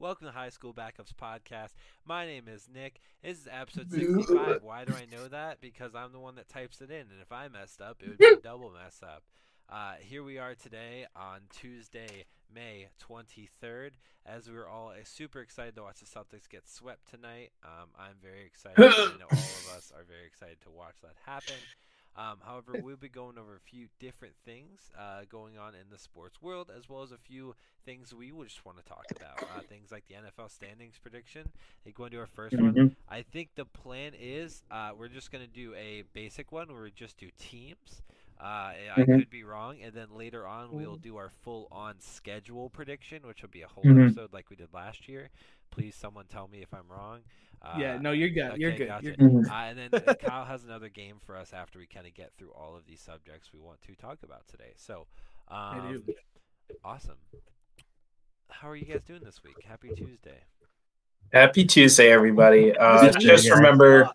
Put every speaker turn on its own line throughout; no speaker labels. Welcome to High School Backups Podcast. My name is Nick. This is episode 65. Why do I know that? Because I'm the one that types it in, and if I messed up, it would be a double mess up. Uh, here we are today on Tuesday, May 23rd, as we are all uh, super excited to watch the Celtics get swept tonight. Um, I'm very excited. I know all of us are very excited to watch that happen. Um, however, we'll be going over a few different things uh, going on in the sports world, as well as a few things we would just want to talk about. Uh, things like the NFL standings prediction. They go into our 1st
Mm-hmm.
one. I think the plan is uh, we're just going to do a basic one where we just do teams. Uh, I- I
Mhm.
could be wrong, and then later on we'll do our full-on schedule prediction, which will be a whole
Mhm.
episode like we did last year. Please, someone tell me if I'm wrong. Uh,
yeah, no, you're good. you're
okay,
good.
gotcha.
You're good.
Mhm.
uh, and then uh, Kyle has another game for us after we kind of get through all of these subjects we want to talk about today. So, um,
do.
awesome. How are you guys doing this week? Happy Tuesday.
Happy Tuesday, everybody. Uh,
Happy Tuesday,
just
guys.
Uh,
remember,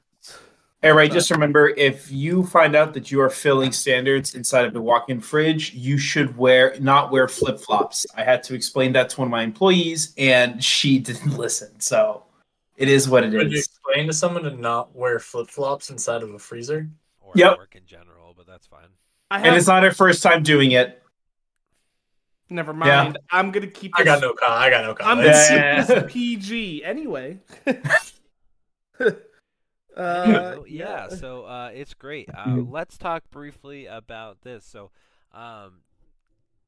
everybody, just remember if you find out that you are failing standards inside of the walk in fridge, you should wear not wear flip flops. I had to explain that to one of my employees, and she didn't listen. So it is what it
Would you
is.
explain to someone to not wear flip flops inside of a freezer?
Or at
Yep.
work in general, but that's fine.
I have,
And it's not our first time doing it.
never mind. I'm gonna keep.
I got
this-
no con. I got no
I'm
con.
gonna
Yeah,
keep
yeah, yeah.
this PG anyway. uh,
Oh, yeah, so uh, it's great. Uh, let's talk briefly about this. So, um,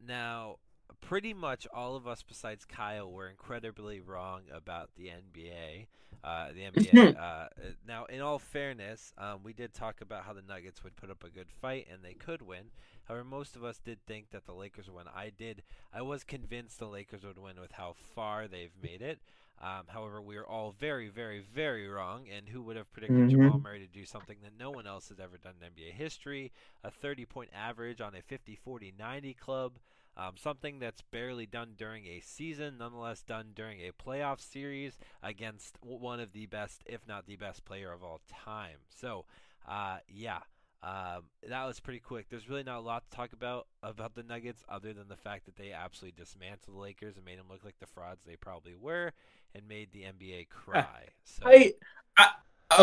now, pretty much all of us besides Kyle were incredibly wrong about the NBA. Uh, the NBA. uh, now, in all fairness, um, we did talk about how the Nuggets would put up a good fight and they could win. However, most of us did think that the Lakers would win. I did. I was convinced the Lakers would win with how far they've made it. Um, however, we are all very, very, very wrong. And who would have predicted
Mhm.
Jamal Murray to do something that no one else has ever done in NBA history? A 30 point average on a 50 40 90 club. Um, something that's barely done during a season, nonetheless done during a playoff series against w- one of the best, if not the best player of all time. So, uh, yeah, um, that was pretty quick. There's really not a lot to talk about about the Nuggets other than the fact that they absolutely dismantled the Lakers and made them look like the frauds they probably were and made the NBA cry. So,
I, I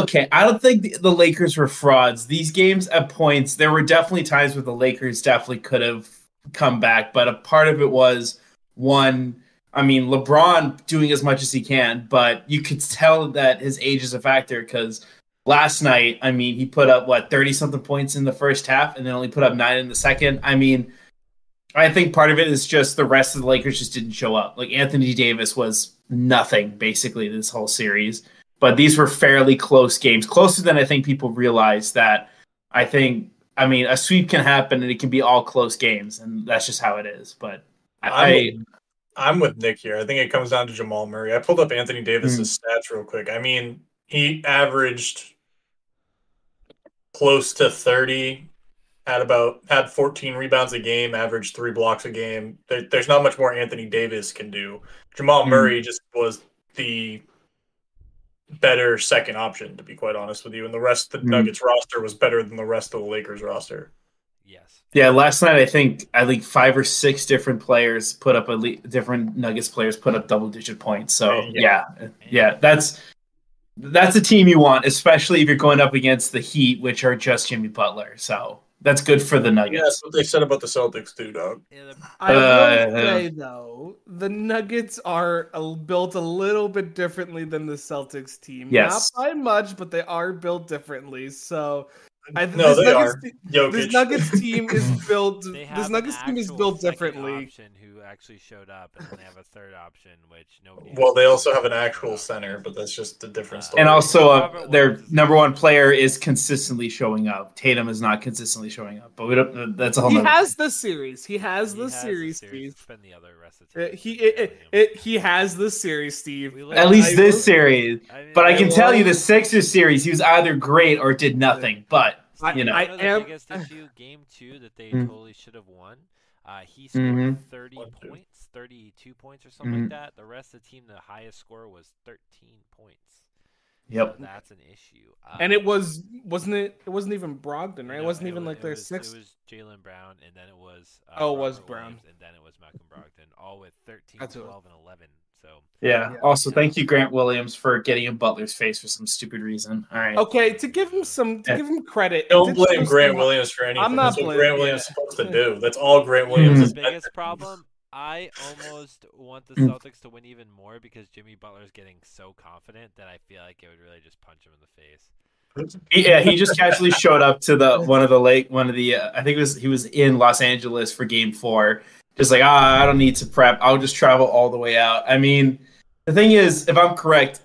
okay. I don't think the, the Lakers were frauds. These games at points, there were definitely times where the Lakers definitely could have come back, but a part of it was one. I mean, LeBron doing as much as he can, but you could tell that his age is a factor because last night, I mean, he put up what thirty something points in the first half, and then only put up nine in the second. I mean. I think part of it is just the rest of the Lakers just didn't show up. Like Anthony Davis was nothing basically this whole series. But these were fairly close games, closer than I think people realize that I think I mean a sweep can happen and it can be all close games and that's just how it is. But I,
I'm, I'm with Nick here. I think it comes down to Jamal Murray. I pulled up Anthony Davis's stats real quick. I mean, he averaged close to 30, had about had 14 rebounds a game, averaged three blocks a game. There, there's not much more Anthony Davis can do. Jamal
Mhm.
Murray just was the better second option, to be quite honest with you. And the rest of the
Mhm.
Nuggets roster was better than the rest of the Lakers roster.
yes.
yeah, last night I think I think five or six different players put up a le- different Nuggets players put up double digit points. So
Yeah.
yeah, yeah, that's that's a team you want, especially if you're going up against the Heat, which are just Jimmy Butler. So that's good for the
Yeah,
Nuggets.
that's what they said about the Celtics too, dog.
Yeah, the-
I will
Uh,
say though, the Nuggets are a, built a little bit differently than the Celtics team.
Yes.
Not by much, but they are built differently. So I,
No, they
Nuggets
are.
te-
Jokic.
this Nuggets team is built.
They have
This
an
Nuggets team is
actual
built
second
differently.
Option who actually showed up, and then they have a third option which nobody.
Well, they also
showed
have an
up.
actual center, but that's just a different story.
And also, uh, their number one player is consistently showing up. Tatum is not consistently showing up, but we don't. uh, That's a whole.
He
nother-
has the series. He has
He
the
has series.
series, Steve.
It's been the other rest of the
Uh,
time.
he it, it, it- he has the series, Steve.
We
at least
I will-
this series.
I mean,
But I
I
can
will-
tell you, the Sixers series, he was either great or did nothing. But
I-
you know.
I
the
am-
biggest issue, game two, that they
Mm.
totally should have won. Uh, he scored
Mhm.
30
One, two.
points, 32 points or something
Mm-hmm.
like that. The rest of the team, the highest score was 13 points.
Yep.
So that's an issue. Uh,
And it was wasn't it? It wasn't even Brogdon, right?
no,
it wasn't even
wa-
like
it
their
was-
sixth.
It was Jalen Brown, and then it was. Uh,
Oh, it was
Robert
Brown.
Williams, and then it was Malcolm Brogdon, all with 13,
That's who it
12, and 11. So
Yeah.
Yeah.
Also, thank you, Grant Williams, for getting in Butler's face for some stupid reason. All right.
Okay, to give him some, to give him credit. it
Don't
did
blame
show
Grant
some-
Williams for anything.
not
That's what
blaming-
Grant Williams is
yeah.
supposed to do. That's all Grant Williams
the
is.
biggest problem. I almost want the
Mm.
Celtics to win even more because Jimmy Butler is getting so confident that I feel like it would really just punch him in the face.
Yeah, he just casually showed up to the one of the late one of the uh, I think it was he was in Los Angeles for Game Four. Just like ah, I don't need to prep. I'll just travel all the way out. I mean, the thing is, if I'm correct,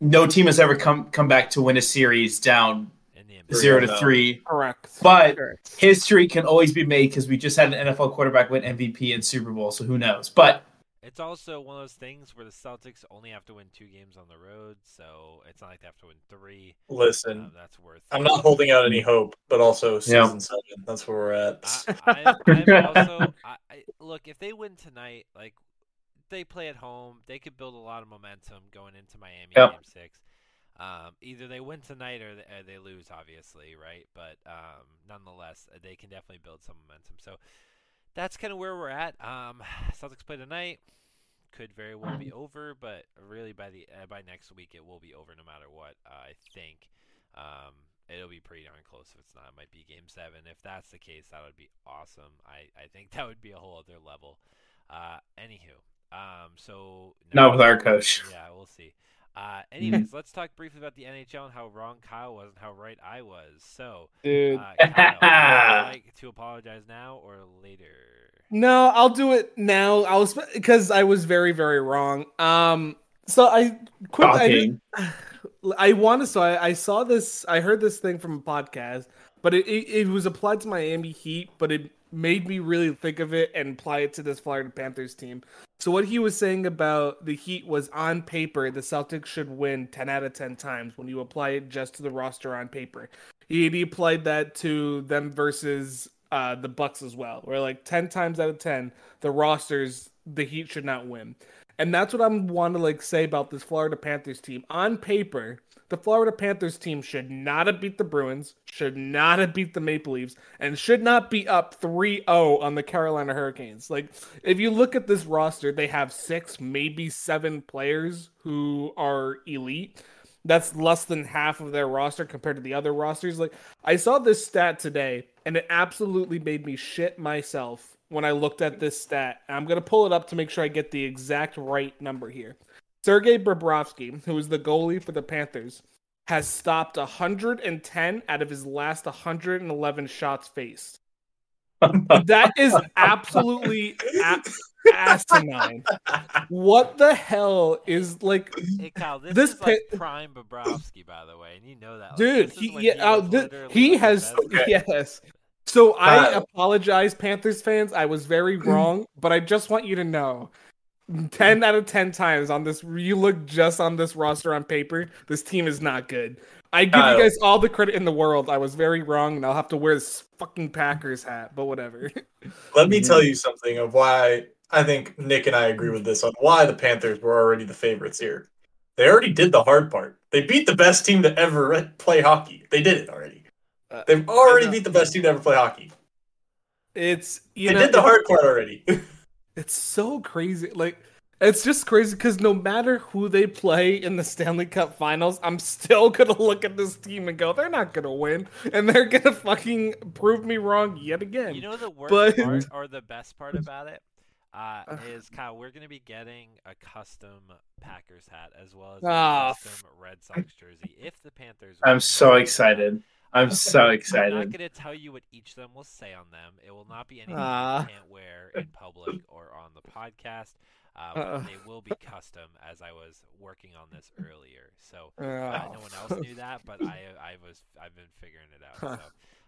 no team has ever come come back to win a series down
In the NBA.
Three
zero to
and oh.
three.
Correct.
But
Correct.
history can always be made because we just had an NFL quarterback win MVP and Super Bowl. So who knows? But
It's also one of those things where the Celtics only have to win two games on the road, so it's not like they have to win three. Uh,
Listen,
that's worth.
I'm not holding out any hope, but also season
Yeah.
seven. That's where we're at.
I, I, I'm also, I, I, look, if they win tonight, like they play at home, they could build a lot of momentum going into Miami
Yep.
game six. Um, either they win tonight or they, or they lose, obviously, right? But um, nonetheless, they can definitely build some momentum. So that's kind of where we're at. Um, Celtics play tonight. Could very well be over, but really by the uh, by next week it will be over no matter what. uh, I think. Um, it'll be pretty darn close if it's not. It might be game seven. If that's the case, that would be awesome. I, I think that would be a whole other level. Uh, anywho, um, so
Not with our coach.
Yeah, we'll see. Uh, anyways, let's talk briefly about the NHL and how wrong Kyle was and how right I was. So,
Dude.
uh, Kyle, would you like to apologize now or later?
No, I'll do it now. I was because I was very, very wrong. Um, so I quick. I, just-
shocking.
I want to. So I, I saw this. I heard this thing from a podcast, but it, it, it was applied to Miami Heat, but it made me really think of it and apply it to this Florida Panthers team. So what he was saying about the Heat was on paper, the Celtics should win ten out of ten times when you apply it just to the roster on paper. He, he applied that to them versus uh, the Bucks as well, where like ten times out of ten, the rosters the Heat should not win. And that's what I'm want to like say about this Florida Panthers team. On paper, the Florida Panthers team should not have beat the Bruins, should not have beat the Maple Leafs, and should not be up 3-0 on the Carolina Hurricanes. Like if you look at this roster, they have 6 maybe 7 players who are elite. That's less than half of their roster compared to the other rosters. Like I saw this stat today and it absolutely made me shit myself when I looked at this stat. I'm going to pull it up to make sure I get the exact right number here. Sergei Bobrovsky, who is the goalie for the Panthers, has stopped 110 out of his last 111 shots faced. That is absolutely a- asinine. What the hell is like
Hey Kyle, this,
This
is like prime Bobrovsky, by the way, and you know that, like,
dude
this is
he
when
yeah, uh,
was
thi-
literally
he
the
has
best-
yes so i
Kyle.
apologize panthers fans i was very wrong but i just want you to know 10 out of 10 times on this you look just on this roster on paper this team is not good i give
Uh,
Kyle.
you guys all the credit in the world i was very wrong and i'll have to wear this fucking packers hat but whatever
Let me tell you something of why I think Nick and I agree with this on why the Panthers were already the favorites here. They already did the hard part. They beat the best team to ever play hockey. They did it already.
Uh,
They've already
I know.
beat the best team to ever play hockey.
it's you
They
know
did the
it's-
hard part already.
It's so crazy. Like it's just crazy because no matter who they play in the Stanley Cup Finals, I'm still gonna look at this team and go, they're not gonna win, and they're gonna fucking prove me wrong yet again.
You know the worst
But-
part or the best part about it uh, is Kyle. We're gonna be getting a custom Packers hat as well as a
Ah,
custom Red Sox jersey if the Panthers. win
I'm so
this game.
excited. I'm so
I'm not
excited.
gonna tell you what each of them will say on them. It will not be anything
Ah.
you can't wear in public or on the podcast. Uh, but
Uh-oh.
they will be custom, as I was working on this earlier. So Uh, no one
Ah.
else knew that, but I, uh, I was, I've been figuring it out.
Huh.
So,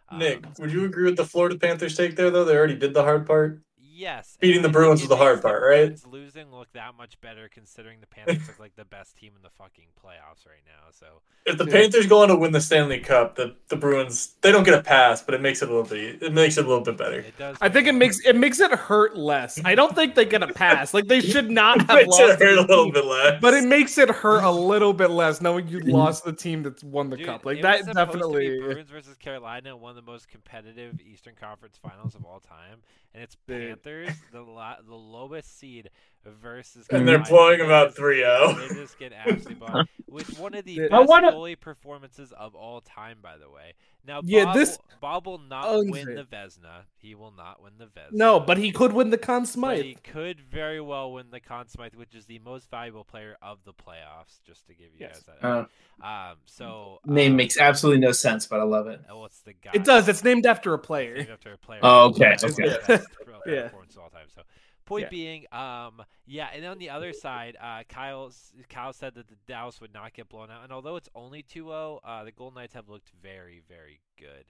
um,
Nick, would you agree with the Florida Panthers take there though? They already did the hard part.
Yes,
Beating
and I
the
think
Bruins
it
was the
makes
hard part, right?
Bruins losing look that much better considering the Panthers look like the best team in the fucking playoffs right now. So
If the
Yeah.
Panthers go on to win the Stanley Cup, the, the Bruins they don't get a pass, but it makes it a little bit it makes it a little bit better.
it does.
I think it makes it makes it hurt less. I don't think they get a pass. Like they should not have
It
lost,
should
to
hurt a
the
little
team,
bit Mm-hmm. less.
but it makes it hurt a little bit less knowing you
Mhm.
lost the team that's won the
Dude,
cup.
it
Like
was
that
supposed to be
definitely.
Bruins versus Carolina, one of the most competitive Eastern Conference Finals of all time, and it's
Dude.
Panthers, the lo- the lowest seed versus.
And they're
Carolina.
blowing
They
about oh.
just-
Oh.
3-0.
They just get absolutely bombed with one of the
I
best goalie
wanna-
performances of all time, by the way. Now, Bob,
Yeah, this
will- Bob will not
owns
win
it.
the Vesna. He will not win the Vesna.
No, but he could win the Conn
But
Smythe.
he could very well win the Conn Smythe, which is the most valuable player of the playoffs. Just to give you
Yes.
guys that.
Uh,
um. So
name
um,
makes absolutely no sense, but I love it.
Oh, it's the guy.
It does. It's named after a
It's named
player.
after a player.
Oh, okay,
It's
okay.
the best real
Yeah.
performance of all time. So, point
Yeah.
being, um, yeah, and on the other side, uh, Kyle s- Kyle said that the Dallas would not get blown out, and although it's only 2-0, uh, the Golden Knights have looked very, very good.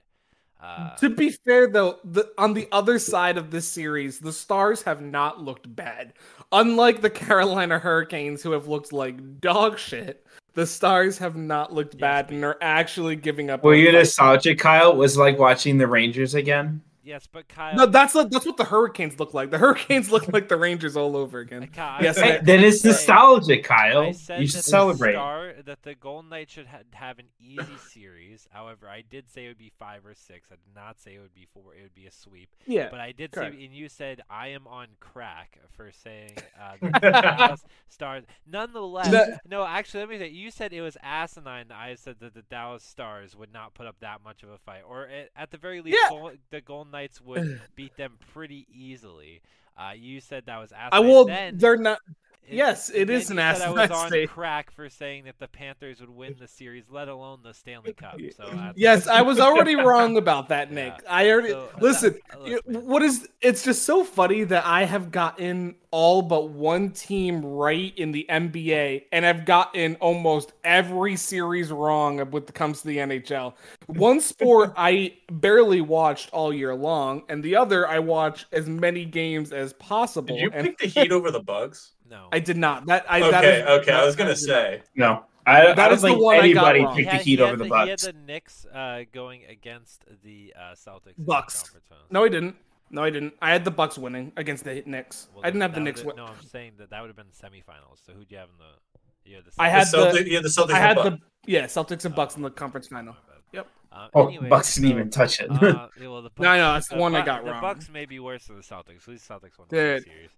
Uh,
To be fair, though, the, on the other side of this series, the Stars have not looked bad. Unlike the Carolina Hurricanes, who have looked like dog shit, the Stars have not looked
Yes.
bad and are actually giving up.
Were you
on-
nostalgic, Kyle? It Was like watching the Rangers again?
yes, but Kyle,
No, that's like, that's what the Hurricanes look like. The Hurricanes look like the Rangers all over
uh,
again.
Kyle,
Yes,
I,
I-
Hey, then it's
Hey,
nostalgic, Kyle.
I
You
said
should
that
celebrate.
The star, that the Golden Knights should ha- have an easy series. However, I did say it would be five or six. I did not say it would be four. It would be a sweep.
Yeah,
But I did
correct.
say, and you said I am on crack for saying uh, that the Dallas Stars. Nonetheless,
The-
no, actually, let me say, you said it was asinine. that I said that the Dallas Stars would not put up that much of a fight, or at, at the very least,
Yeah.
Gol- the Golden Knights would beat them pretty easily. Uh, you said that was asinine.
I will.
Then,
They're not.
and-
yes, it
and then
is an
you said I was
asinine
on
statement.
crack for saying that the Panthers would win the series, let alone the Stanley Cup. So uh,
Yes, I was already wrong about that, Nick.
Yeah.
I already
So, uh,
listen.
uh,
Oh,
you-
look, man.
what is? It's just so funny that I have gotten all but one team right in the NBA, and I've gotten almost every series wrong when it comes to the NHL. One sport I barely watched all year long, and the other I watch as many games as possible.
Did you
and
pick the Heat over the Bugs?
no.
I did not. That I that
okay,
is-
okay. I
that
was gonna
did not.
say
No, I,
That
I don't
is the
think
one I got
anybody
wrong.
picked
Yeah,
the Heat
he had
over the
He had
Bucks.
the Knicks uh, going against the uh, Celtics. in the
Bucks.
conference finals.
No, I didn't. No, I didn't. I had the Bucks winning against the Knicks.
Well,
I didn't have the
that
Knicks.
would've-
win.
No, I'm saying that that would have been semifinals. So who'd you have in the? You had the.
I
Celtics.
had
the
the-
Celtic- yeah, the Celtics.
I had
and
the
Bucks.
yeah Celtics and Bucks in the
Oh,
conference final.
my bad.
Yep.
Um,
Oh,
anyway,
Bucks didn't
so,
even touch it.
uh, yeah, well, the Bucks,
No, no, that's
uh,
the
the
one I
Bu-
got
the
wrong.
Bucks may be worse than the Celtics. At least Celtics won the
Dude.
series.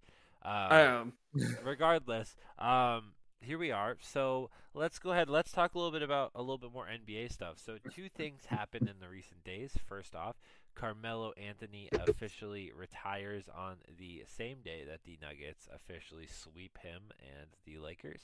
I,
Uh,
um,
regardless, um, here we are. So let's go ahead. Let's talk a little bit about a little bit more NBA stuff. So two things happened in the recent days. First off, Carmelo Anthony officially retires on the same day that the Nuggets officially sweep him and the Lakers.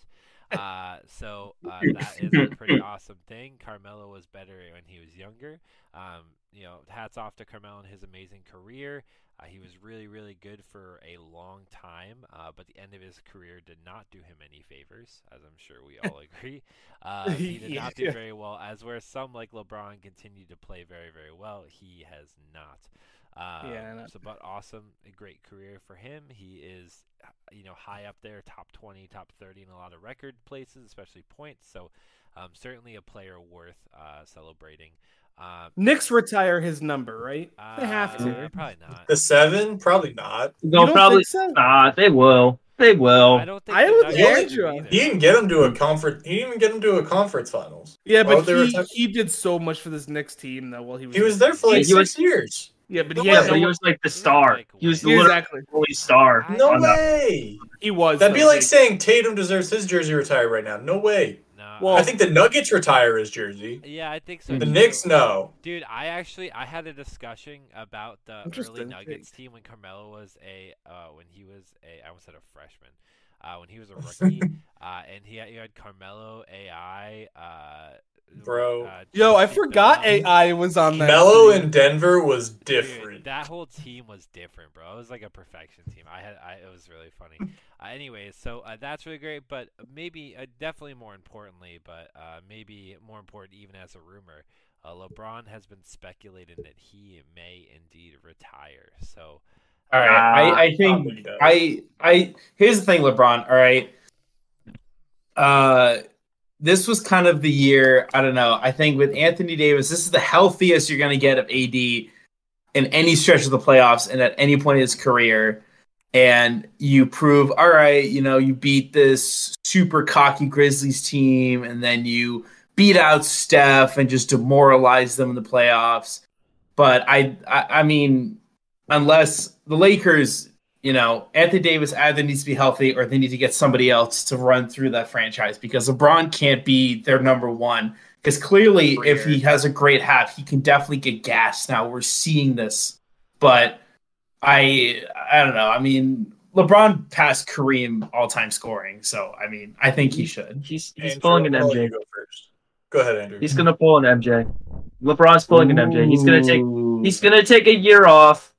Uh, so uh, that is a pretty awesome thing. Carmelo was better when he was younger. Um, you know, hats off to Carmelo and his amazing career. Uh, he was really, really good for a long time, uh, but the end of his career did not do him any favors, as I'm sure we all agree. Uh, he did not do
Yeah.
very well, as where some like LeBron continued to play very, very well. He has not. Uh,
Yeah, I know.
So, but awesome, a great career for him. He is, uh, you know, high up there, top 20, top 30 in a lot of record places, especially points. So, um, certainly a player worth uh, celebrating. Um,
Knicks retire his number, right? They have
uh,
to.
Probably not.
The seven? Probably not.
You
No,
don't
probably
think so?
not. They will. They will.
I don't think
I
the
was
Nuggets
there,
do
Joe.
either.
He didn't get him to a conference. He didn't even get him to a conference finals.
Yeah,
Well,
but
Oh, they were
he,
talking-
he did so much for this Knicks team though. While he was
He was there for like
He was-
six years.
yeah, but
No
yeah,
way.
but he
no-
was like the star. He was
Yeah,
literally
exactly.
the only star.
I-
No
on that.
way.
He was.
That'd be
though.
like saying Tatum deserves his jersey retired right now. No way.
No,
Well-
I-
I think the Nuggets retire his jersey.
yeah, I think so.
The
too.
Mm-hmm.
Knicks, no.
Dude, I actually I had a discussion about the early
Interesting
Nuggets team when Carmelo was a uh, when he was a I almost said a freshman. Uh, when he was a rookie, uh, and he had, you had Carmelo AI, uh,
Bro.
uh,
Yo, I
Chauncey
forgot
Billups.
AI was on that.
Mello
team.
in Denver was
Dude,
different.
that whole team was different, bro. It was like a perfection team. I had, I, it was really funny. Uh, anyways, so uh, that's really great, but maybe, uh, definitely more importantly, but uh, maybe more important even as a rumor, uh, LeBron has been speculating that he may indeed retire. So
All right,
Ah.
I, I think
Probably does.
I I here's the thing, LeBron. All right, uh, this was kind of the year. I don't know. I think with Anthony Davis, this is the healthiest you're going to get of AD in any stretch of the playoffs and at any point in his career. And you prove, all right, you know, you beat this super cocky Grizzlies team, and then you beat out Steph and just demoralize them in the playoffs. But I, I, I mean, unless the Lakers you know, Anthony Davis either needs to be healthy or they need to get somebody else to run through that franchise because LeBron can't be their number one. Because clearly, if he has a great half, he can definitely get gas. Now we're seeing this, but I, I don't know. I mean, LeBron passed Kareem all-time scoring, so I mean, I think he should.
He's he's pulling an
I'll let
MJ.
you Go, first. go ahead, Andrew.
He's gonna pull an MJ. LeBron's pulling an MJ. He's gonna take he's gonna take a year off.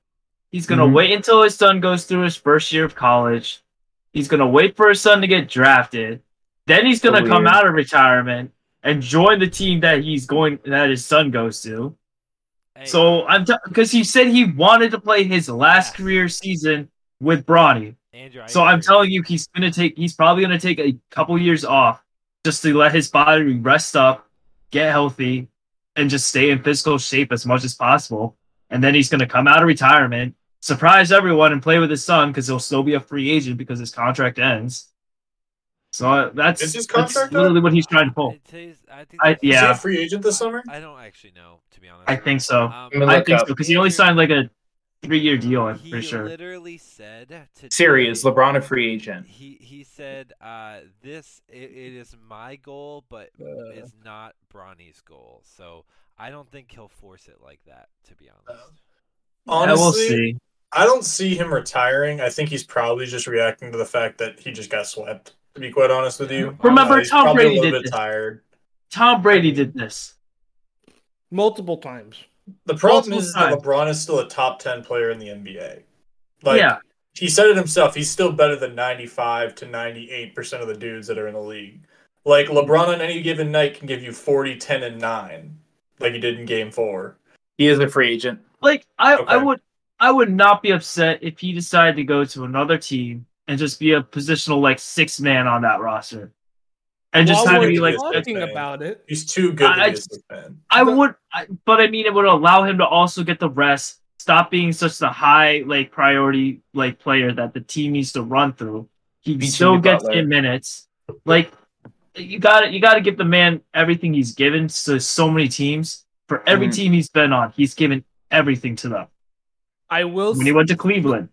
He's gonna
Mhm.
wait until his son goes through his first year of college. He's gonna wait for his son to get drafted. Then he's gonna
So
come
weird.
out of retirement and join the team that he's going that his son goes to.
Hey,
So I'm because he said he wanted to play his last
Yeah.
career season with Bronny.
Andrew, I
So I'm
agree.
telling you, he's gonna take. He's probably gonna take a couple years off just to let his body rest up, get healthy, and just stay in physical shape as much as possible. And then he's gonna come out of retirement, surprise everyone, and play with his son because he'll still be a free agent because his contract ends. So uh, that's,
Is his
that's
contract up?
literally what he's trying to pull.
It is- I think
I-
that's-
Is he
yeah.
a free agent this summer?
I don't actually know, to be honest.
I think so.
Um,
I mean,
I
look
think
up.
so because he only signed like a three-year deal. I'm
he
pretty sure.
literally said to
Siri is LeBron a free agent?
He he said, uh, "This i it is my goal, but it's not Bronny's goal." So I don't think he'll force it like that. To be honest,
Yeah, we'll
Honestly,
see.
I don't see him retiring. I think he's probably just reacting to the fact that he just got swept. To be quite honest with you, Uh,
Remember,
he's
Tom
probably
Brady
a little
did
bit
this.
tired.
Tom Brady did this.
multiple times.
The problem
Multiple
is that
times.
LeBron is still a top ten player in the NBA. Like
yeah,
he said it himself, he's still better than ninety five to ninety eight percent of the dudes that are in the league. Like LeBron on any given night can give you 40, 10, and nine, like he did in Game Four.
He is a free agent.
like I, I
Okay.
would I would not be upset if he decided to go to another team and just be a positional like six man on that roster, and just
While
kind of
we're
be like
just-
talking about it.
He's too good to
I- I
be a
just-
sixth man.
I would, I, but I mean it would allow him to also get the rest, stop being such the high like priority like player that the team needs to run through. He
Beat
still
Jimmy
gets
Butler.
in minutes, like. You got to You got to give the man everything he's given to so many teams. For every
Mhm.
team he's been on, he's given everything to them.
I will
When
say
he went to Cleveland,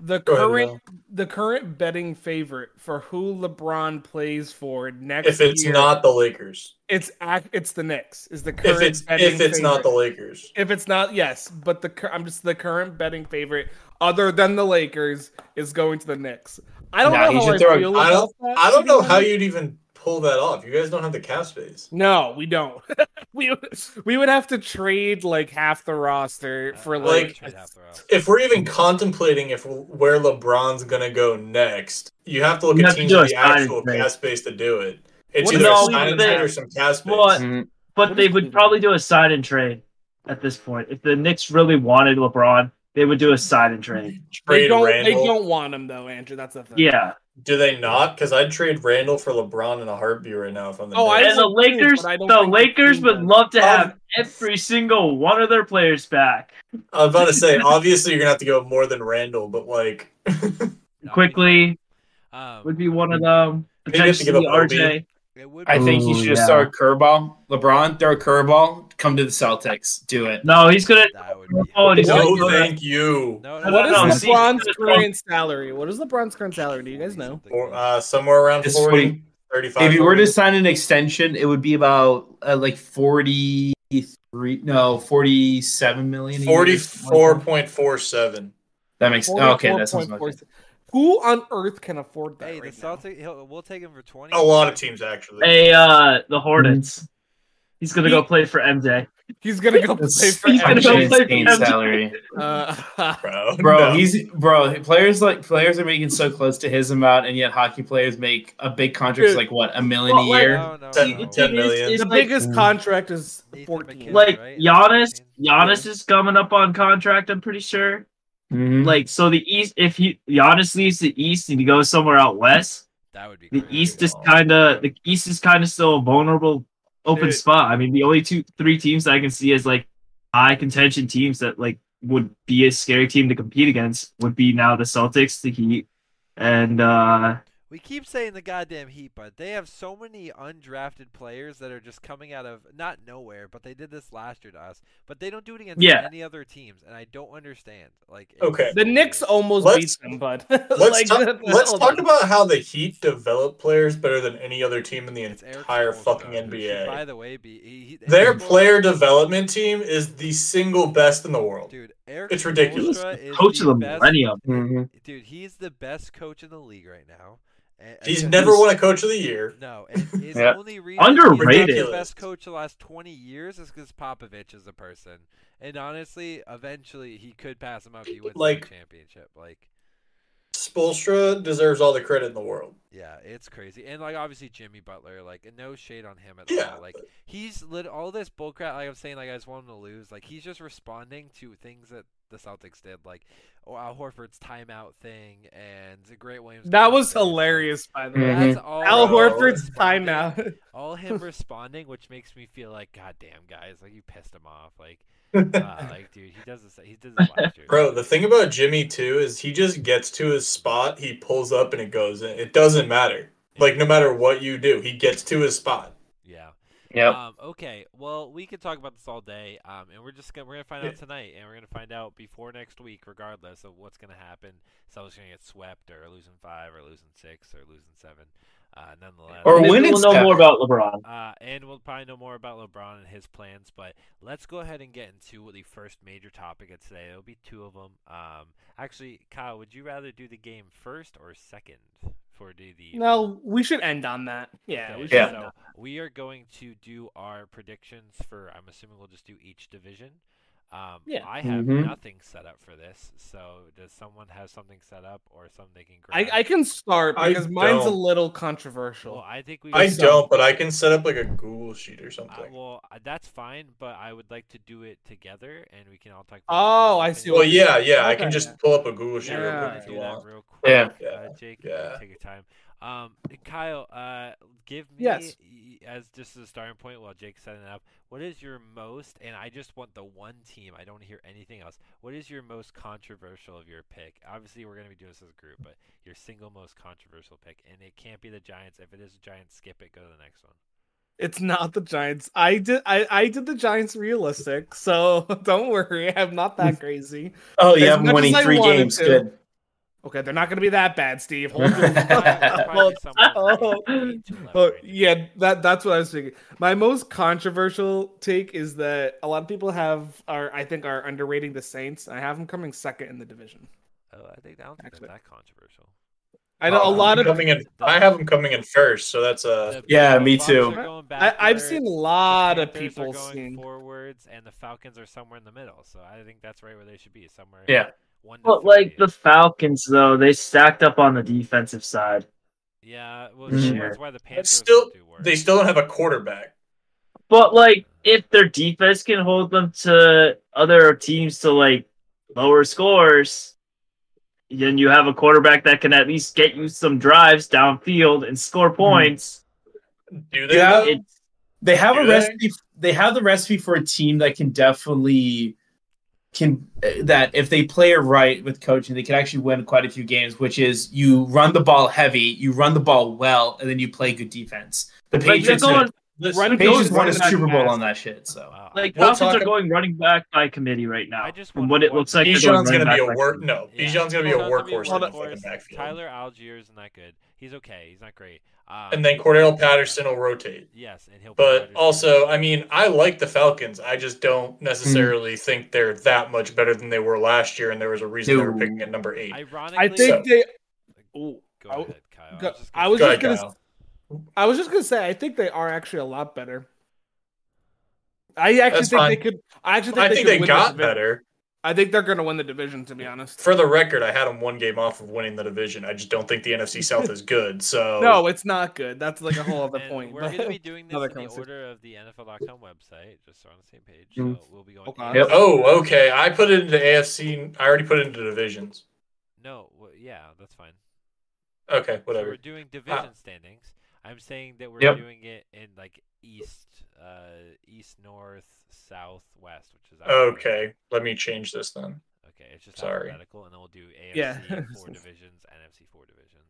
the
Go ahead,
current
Will.
the current betting favorite for who LeBron plays for next
If it's
year,
not the Lakers,
it's ac- it's the Knicks is the current
if it's
betting
if it's not the
favorite.
Lakers,
if it's not yes, but the cur- I'm just the current betting favorite other than the Lakers is going to the Knicks. I don't
Nah,
know
you
how
should
I
throw-
feel
I don't-
about that,
I
to
don't
be
know how
honest.
you'd even pull that off. You guys don't have the cap space.
No, we don't. we would- we would have to trade like half the roster
Uh, I-
for
I would
like-
trade out the roster.
if we're even contemplating if where LeBron's gonna go next, you have to look
You
at
have to
teams
do
with
a
the
sign and
actual
trade.
cast space to do it. It's
What
either
about
a sign and
Cleveland?
trade or some cast space.
What?
Mhm.
but
What
they
is
would
Cleveland?
probably do a sign and trade at this point. If the Knicks really wanted LeBron, they would do a sign and trade.
They
Trade
don't. They
Randall.
don't want him though, Andrew. That's the thing.
Yeah,
Do they not? Because I'd trade Randall for LeBron in a heartbeat right now if I'm the
Oh, I
Knicks.
and the
agree, but
Lakers,
I don't
the
think the
Lakers
team
would
does.
love to have
Um,
every single one of their players back
I was about to say, obviously you're gonna have to go more than Randall, but like
That'd be
quickly.
fun. Um,
Would be one of them
Maybe you have to give
potentially
up Obi.
RJ.
it would
I
be-
think he
Ooh,
should just
yeah.
throw a curveball. LeBron, throw a curveball. Come to the Celtics. Do it.
No, he's gonna.
That would be.
Oh, and he's
no,
gonna do that.
thank you.
No, no,
I
no,
What
no,
know,
is
see-
LeBron's current salary? What is LeBron's current salary? Do you guys know?
something
Or,
like-
uh, somewhere around
Just
40,
wait.
35.
If you were to
something.
sign an extension, it would be about uh, like forty-three, no, forty-seven million. a year.
44.47.
That makes oh, okay. That sounds about
44.4.
right.
Who on earth can afford that?
Hey, the
right now?
Celtic. He'll, we'll take him for twenty.
A lot of teams actually.
Hey, uh, the Hornets. He's gonna go
He-
play for MJ.
He's gonna go play
It's
for.
he's gonna
He's
go
actually
play for
insane
MJ.
salary,
uh,
bro.
bro.
No.
He's bro. Players like players are making so close to his amount, and yet hockey players make a big contract,
Dude.
like what a million
Well,
a
like- uh,
year.
No, no,
Ten-
no.
The
ten
thing is-
million.
is
the
like-
Mm.
biggest contract is
Nathan
fourteen.
McKinnon.
Like,
like
right?
Giannis,
Yeah.
Giannis is coming up on contract. I'm pretty sure.
Mhm.
Like so, the East. If he Giannis leaves the East and he goes somewhere out west,
That would be.
the
great.
East is kind of the East is kind of still a vulnerable open
Dude.
spot. I mean, the only two three teams that I can see as like high contention teams that like would be a scary team to compete against would be now the Celtics, the Heat, and uh
We keep saying the goddamn Heat, but they have so many undrafted players that are just coming out of not nowhere. But they did this last year to us. But they don't do it against
Yeah.
any other teams, and I don't understand. Like, it's-
Okay.
The Knicks almost
Let's-
beat them, but
Let's,
like,
talk, let's
hold
talk
on.
about how the Heat develop players better than any other team in the
it's Eric
entire
Spoelstra,
fucking
who should, By
NBA.
the way, be he, he-
Their
Eric Spoelstra-
player development team is the single best in the world.
dude. Eric
It's ridiculous.
Spoelstra is
Coach of the
best-
millennium.
dude. He's the best coach in the league right now. And,
He's
and-
never won a coach of the year.
No, and his
Yeah.
only reason he's
Underrated.
not the best coach the last twenty years is because Popovich is a person, and honestly, eventually he could pass him up. He wins the
Like-
championship. Like,
Spolstra deserves all the credit in the world.
yeah, it's crazy, and like obviously Jimmy Butler. Like, and no shade on him at
Yeah.
all. Like, he's lit all this bullcrap. Like I'm saying, like I just want him to lose. Like he's just responding to things that the Celtics did, like oh, Al Horford's timeout thing and the Great Williams.
That was
thing. Like,
hilarious, by the way.
Mhm.
That's all
Al
Oh,
him
Horford's
responding-
timeout.
All him responding, which makes me feel like, God damn, guys, like you pissed him off. Like, uh, like dude, he does this. He does this last year.
Bro, the thing about Jimmy too is he just gets to his spot, he pulls up and it goes in. It doesn't matter. Like no matter what you do, he gets to his spot.
Yeah.
Yep.
Um, okay. Well, we could talk about this all day, um, and we're just gonna, we're gonna find out tonight, and we're gonna find out before next week, regardless of what's gonna happen. Someone's gonna get swept, or losing five, or losing six, or losing seven. Uh, nonetheless,
Or
And then
winning
We'll know
stuff.
more about LeBron.
Uh, and we'll probably know more about LeBron and his plans, but let's go ahead and get into the first major topic of today. There'll be two of them. Um, actually, Kyle, would you rather do the game first or second for the, the
No, we should end on that. Yeah,
Okay,
we should
Yeah.
end on
So we are going to do our predictions for. I'm assuming we'll just do each division. Um,
Yeah.
I have
Mhm.
Mm-hmm.
nothing set up for this. So does someone have something set up or something they can grab?
that. I, I can start
I
because mine's a
don't.
little controversial.
Well, I think we.
I
should-
don't, but I can set up like a Google sheet or
Uh,
something.
well, uh, that's fine, but I would like to do it together, and we can all talk.
Oh, I see
Well,
what
Well,
you're
yeah, yeah, I can
Okay.
just pull up a Google sheet real
Yeah.
quick if
do
you
that
want.
real quick.
Yeah.
uh, Jake, you
Yeah.
take your time. Um, Kyle, uh, give me
Yes.
y- as just a starting point while Jake's setting it up. What is your most? And I just want the one team. I don't wanna hear anything else. What is your most controversial of your pick? Obviously, we're gonna be doing this as a group, but your single most controversial pick, and it can't be the Giants. If it is the Giants, skip it. Go to the next one.
It's not the Giants. I did. I, I did the Giants realistic, so don't worry. I'm not that crazy.
Oh,
As
you have
much
them winning
as I
three
wanted
games.
to.
Good.
Okay, they're not going to be that bad, Steve. Hold
There'll
on.
probably be someone
Oh.
who's eight to 11
Oh
right now.
yeah, that that's what I was thinking. My most controversial take is that a lot of people have are I think are underrating the Saints. I have them coming second in the division.
Oh, I think I don't think that's
Actually-
that controversial.
I know
Oh,
a lot
I'm
of
coming in. I have them coming in first, so that's
uh,
a.
yeah, me
Bucks
too.
are going
I, I've seen a
backwards,
lot
the
of
Panthers
people
are going
seeing.
forwards, and the Falcons are somewhere in the middle. So I think that's right where they should be, somewhere.
Yeah.
One. to
But like
three.
the Falcons, though, they stacked up on the defensive side.
Yeah, well,
Mhm.
Mm-hmm.
sure, that's why the Panthers
still-
will do worse.
They still don't have a quarterback.
But like, if their defense can hold them to other teams to like lower scores, then you have a quarterback that can at least get you some drives downfield and score points.
Do they?
Yeah,
though?
It,
They have
Do
a
they?
recipe. They have the recipe for a team that can definitely can uh, that if they play it right with coaching, they can actually win quite a few games. Which is you run the ball heavy, you run the ball well, and then you play good defense. The
like they're
Patriots,
going
Listen,
Run-
the Patriots
Those
won a
running back
Super Bowl
pass.
on that shit. So
Wow.
like
We'll
Falcons
talk
are going running back by committee right now.
I just
from
want
what it
one-
looks like, they're going
Bijan's gonna
running
be a
back by
work.
committee.
No,
Yeah.
Bijan's gonna be a
Bijan's gonna be
workhorse in the fucking
workhorse.
backfield.
Tyler Algier is not good. He's okay. He's not great. Um,
and then Cordell Patterson will rotate.
Yes, and he'll. be
But
better.
also, I mean, I like the Falcons. I just
Hmm.
don't necessarily think they're that much better than they were last year, and there was a reason they were
No.
picking at number eight.
ironically,
I think they. Ooh,
Go
I-
ahead, Kyle.
go-
I was just gonna
I was
Go
say-
just
ahead,
gonna. I was just gonna say I think they are actually a lot better. I actually
That's
think
fine.
they could. I actually think
I
they,
think
could
they
win
got
the division.
better.
I think they're gonna win the division. To be honest,
For the record, I had them one game off of winning the division. I just don't think the NFC South is good. So
no, it's not good. That's like a whole other
And
point.
We're
but-
going to be doing this
Another
in the
conversation.
order of the NFL.com website, just so we're on the same page.
Mm.
So we'll be going.
Mm-hmm. Okay.
A-
Yep.
Oh, okay. I put it into AFC. I already put it into divisions.
No, well, yeah, that's fine.
Okay,
So we're
whatever. Ah.
doing division standings. I'm saying that we're
Yep.
doing it in like east, uh, east, north, south, west, which is alphabetical.
Okay, let me change this then.
Okay, it's just
Sorry.
alphabetical, and then we'll do AFC
Yeah.
four divisions, NFC four divisions.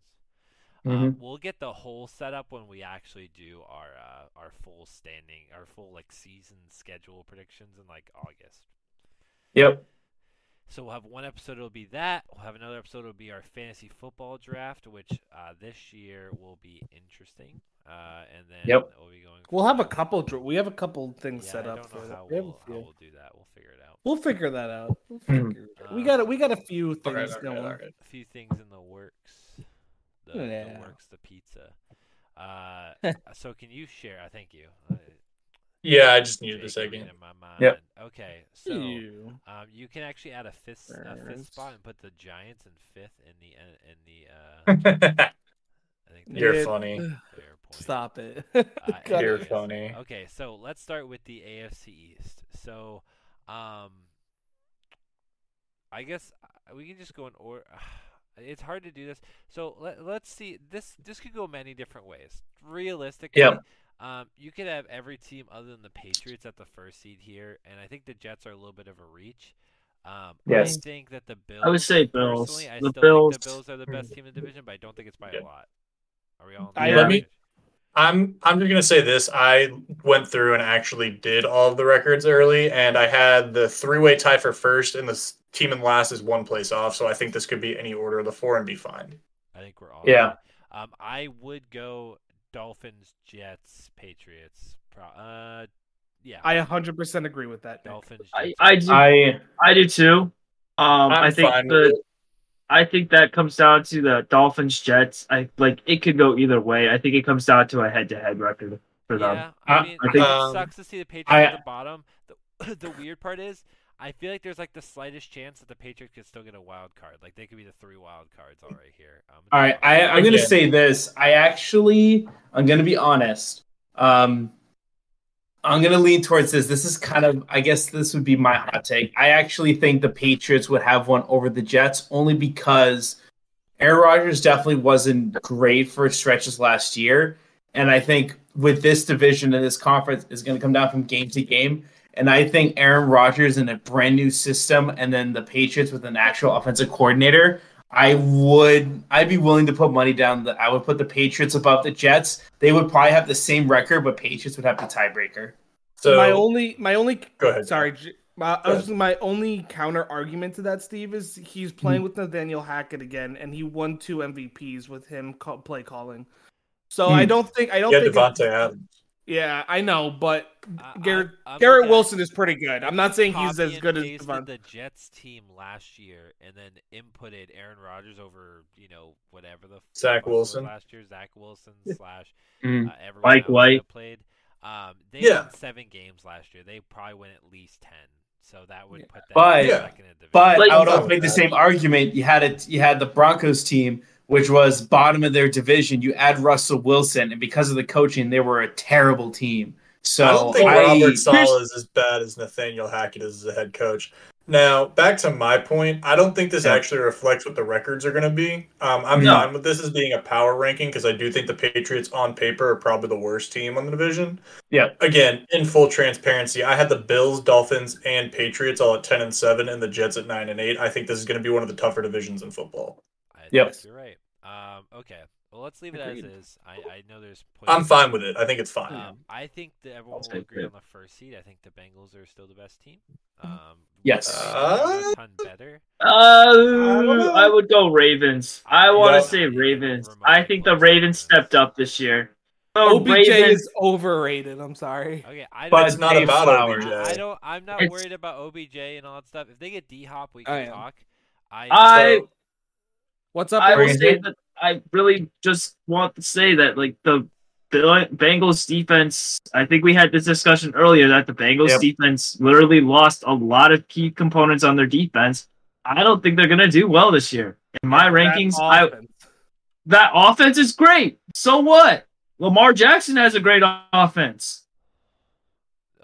Um,
Mhm.
we'll get the whole setup when we actually do our uh, our full standing, our full like season schedule predictions in like August.
Yep.
So we'll have one episode. It'll be that. We'll have another episode. It'll be our fantasy football draft, which uh, this year will be interesting. Uh, and then
Yep.
we'll be going.
We'll have a
from-
couple. dr- We have a couple
Yeah,
things set
I don't
up.
know
for
how
that. We have
we'll,
a
how
few.
we'll do that. We'll figure it out.
We'll figure that out. We'll
Hmm.
figure it out. We got it. We got a few
All right,
things
all right,
going.
all right.
A few things in the works. The, the
Yeah.
works. The pizza. Uh, so can you share? I thank you. Uh,
Yeah, I just needed a
Jake, read
second.
In my mind.
Yep.
Okay. So.
Ew.
Um, you can actually add a fifth, a fifth spot and put the Giants in fifth in the in the. Uh, I think
You're
that's a
funny.
fair point.
Stop it.
Uh,
God.
You're
Yes.
funny.
Okay, so let's start with the AFC East. So, um, I guess uh, we can just go in order. It's hard to do this. So let, let's see. This this could go many different ways. Realistically,
Yep.
um, you could have every team other than the Patriots at the first seed here, and I think the Jets are a little bit of a reach. Um,
Yes.
I think that the Bills.
I would say Bills.
personally, I
The
still think
Bills-
the Bills are the best team in the division, but I don't think it's by
Yep.
a lot. Are we all?
I-
in the
let me-
division?
I'm I'm just gonna say this. I went through and actually did all of the records early, and I had the three way tie for first, and the s- team in last is one place off. So I think this could be any order of the four and be fine.
I think we're all.
Yeah.
good. Um, I would go Dolphins, Jets, Patriots. Pro- uh, yeah.
I 100% agree with that. Nick.
Dolphins.
I,
Jets,
I do. I,
I
do too. Um,
I'm
I think
fine with
the. I think that comes down to the Dolphins Jets. I like it could go either way. I think it comes down to a head to head record for them.
Yeah, I
Uh,
mean,
I
it
think-
sucks to see the Patriots
I-
at the bottom. The, the weird part is, I feel like there's like the slightest chance that the Patriots could still get a wild card. Like they could be the three wild cards all right here. Um,
all right. I, I'm gonna
Again.
say this. I actually I'm gonna be honest. Um, I'm gonna lean towards this. This is kind of I guess this would be my hot take. I actually think the Patriots would have one over the Jets only because Aaron Rodgers definitely wasn't great for stretches last year. And I think with this division and this conference is going to come down from game to game. And I think Aaron Rodgers in a brand new system and then the Patriots with an actual offensive coordinator, I would I'd be willing to put money down that I would put the Patriots above the Jets. They would probably have the same record, but Patriots would have the tiebreaker.
So
my only, my only
go ahead.
Sorry, J- my,
Go
I was- my only counter argument to that, Steve, is he's
Hmm.
playing with Nathaniel Hackett again, and he won two MVPs with him call, play calling. So I
Hmm.
don't think I don't
Yeah,
think
Devontae Adams.
yeah I know, but
I-
Garrett
I'm- I'm
Garrett
looking at
Wilson is pretty good. I'm not saying he's
copy
as
and
good as
pasted
Devontae.
the Jets team last year, and then inputted Aaron Rodgers over you know whatever the
Zach
fuck were
Wilson.
last year, Zach Wilson slash
Mm.
uh, everyone
Mike
else that
White.
played. Um, they
Yeah.
won seven games last year. They probably win at least ten, so that would put them
But-
in
Yeah.
second in division.
But I would
Like-
also make the same argument. You had it. You had the Broncos team, which was bottom of their division. You add Russell Wilson, and because of the coaching, they were a terrible team. So
I don't think
I-
Robert Sala
here's-
is as bad as Nathaniel Hackett is as a head coach. Now, back to my point, I don't think this
Yeah.
actually reflects what the records are going to be. Um, I'm
No.
fine with this as being a power ranking because I do think the Patriots on paper are probably the worst team on the division.
Yeah.
Again, in full transparency, I had the Bills, Dolphins, and Patriots all at ten and seven, and the Jets at nine and eight. I think this is going to be one of the tougher divisions in football.
I
Yep.
think you're right. Um, okay, well let's leave it
Agreed.
as is. I, I know there's. Points
I'm fine with it. I think it's fine.
Um, I think that everyone will
take
agree
that.
on the first seed. I think the Bengals are still the best team. Um,
Yes.
Uh,
Ravens are a ton better.
Uh, Um, I would go Ravens. I want to
No.
say Ravens. I think the Ravens stepped up this year. So
OBJ
Ravens,
is overrated. I'm sorry.
Okay, I
but
don't.
it's not
Dave
about
Flowers.
I, I
OBJ.
don't. I'm not
It's-
worried about OBJ and all that stuff. If they get D Hop, we
I
can
am.
talk. I.
I
What's up?
I
We're
will
Aaron?
gonna
say
do-
that I really just want to say that like the Bill- Bengals defense. I think we had this discussion earlier that the Bengals
Yep.
defense literally lost a lot of key components on their defense. I don't think they're gonna do well this year. In my rankings,
That
I,
offense.
that offense is great. So what? Lamar Jackson has a great o- offense.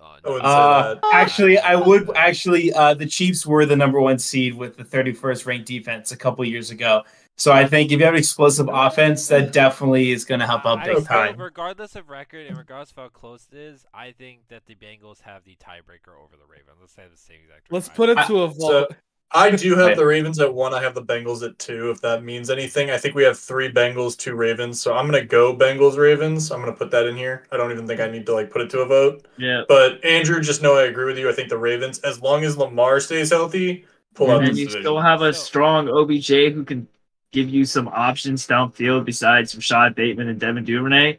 Oh,
I
no.
wouldn't
Uh,
say that.
actually, I would actually. Uh, the Chiefs were the number one seed with the 31st ranked defense a couple years ago. So I think if you have an explosive offense, that definitely is going to help out
I
big
still,
time.
regardless of record and regardless of how close it is, I think that the Bengals have the tiebreaker over the Ravens. Let's say the same exact.
Let's
record.
put it to a vote.
I do have the Ravens at one. I have the Bengals at two. If that means anything, I think we have three Bengals, two Ravens. So I'm gonna go Bengals Ravens. I'm gonna put that in here. I don't even think I need to like put it to a vote.
Yeah.
But Andrew, just know I agree with you. I think the Ravens, as long as Lamar stays healthy, pull out
And
this
then
and you
division.
Mm-hmm. still have a
So-
strong OBJ who can give you some options downfield besides Rashad Bateman and Devin Duvernay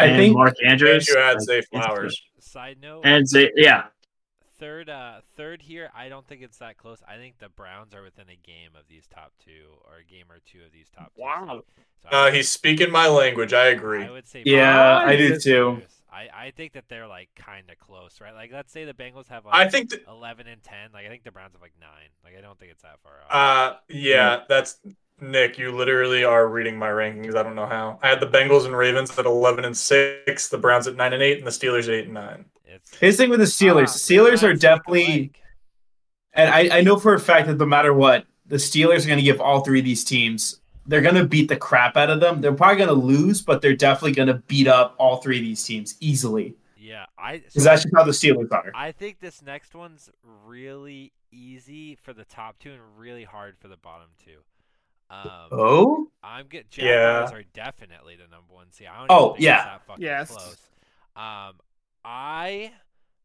I
and
think
Mark Andrews.
and you add
Like,
Zay
it's good.
Flowers.
Side note,
And Zay, yeah,
third, uh, third here. I don't think it's that close. I think the Browns are within a game of these top two, or a game or two of these top two.
Wow.
So I
Uh,
would-
he's speaking my language. I agree.
I would say.
Yeah,
Browns
I do
versus
too.
Steelers. I, I think that they're like kind of close, right? Like, let's say the Bengals have like
I think. Th-
eleven and ten. Like, I think the Browns have like nine. Like, I don't think it's that far off.
uh, yeah, that's Nick. You literally are reading my rankings. I don't know how. I had the Bengals and Ravens at eleven and six, the Browns at nine and eight, and the Steelers at eight and nine.
it's
his thing with the Steelers. Steelers are definitely, and I, I know for a fact that no matter what, the Steelers are going to give all three of these teams. They're going to beat the crap out of them. They're probably going to lose, but they're definitely going to beat up all three of these teams easily.
Yeah, I.
Because that's just how the Steelers are.
I think this next one's really easy for the top two and really hard for the bottom two. Um,
Oh,
I'm get
Yeah.
Jaguars are definitely the number one seed. I don't
Oh,
even think
yeah.
it's that fucking
Yes.
close. Um, I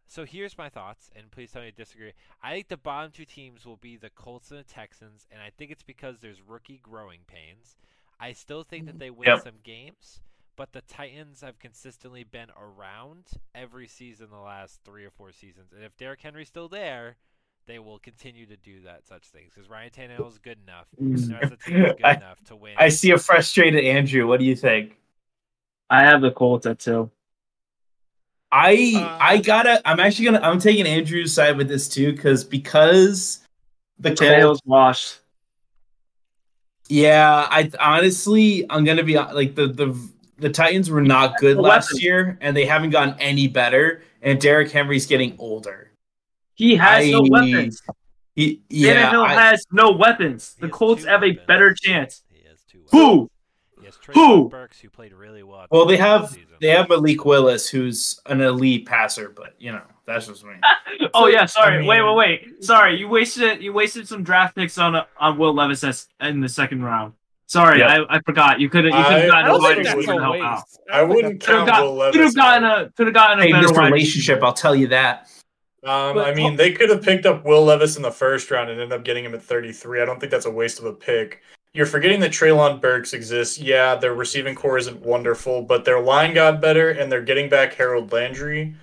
so here's my thoughts, and please tell me you disagree. I think the bottom two teams will be the Colts and the Texans, and I think it's because there's rookie growing pains. I still think that they win
Yep.
some games, but the Titans have consistently been around every season the last three or four seasons, and if Derrick Henry's still there. They will continue to do that such things because Ryan Tannehill is good enough. And the rest of the team is good
I-
enough to win.
I see a frustrated Andrew. What do you think?
I have the Colts at two.
I
Uh,
I gotta. I'm actually gonna. I'm taking Andrew's side with this too, because because the Colts.
Tannehill's washed.
Yeah, I honestly, I'm gonna be like the the the Titans were not good
The
last
weapons.
year, and they haven't gotten any better. And Derrick Henry's getting older.
He has no
I-
weapons.
He, yeah,
Tannehill
I-
has no weapons.
He
The
has
Colts
two
have a
weapons.
better chance.
He has two
Who?
weapons. He has Traylon
Who?
Burks, who played really well. at the
well, they
beginning of
have
the season.
they have Malik Willis, who's an elite passer, but you know that's just me.
Oh yeah, sorry.
I mean-
wait, wait, wait. Sorry, you wasted you wasted some draft picks on on Will Levis as- in the second round. Sorry,
Yeah.
I, I forgot. You could have you could
I-
have
I
gotten a
don't
Why
wide
think
did
that's
you
receiver
a
to help out.
waste.
I wouldn't
Could
count
have
Will
got,
Levis.
could have gotten a could have gotten a
Hey,
better
this
wide
relationship, I'll tell you that.
Um,
But-
I mean, they could have picked up Will Levis in the first round and ended up getting him at 33. I don't think that's a waste of a pick. You're forgetting that Traylon Burks exists. Yeah, their receiving core isn't wonderful, but their line got better and they're getting back Harold Landry.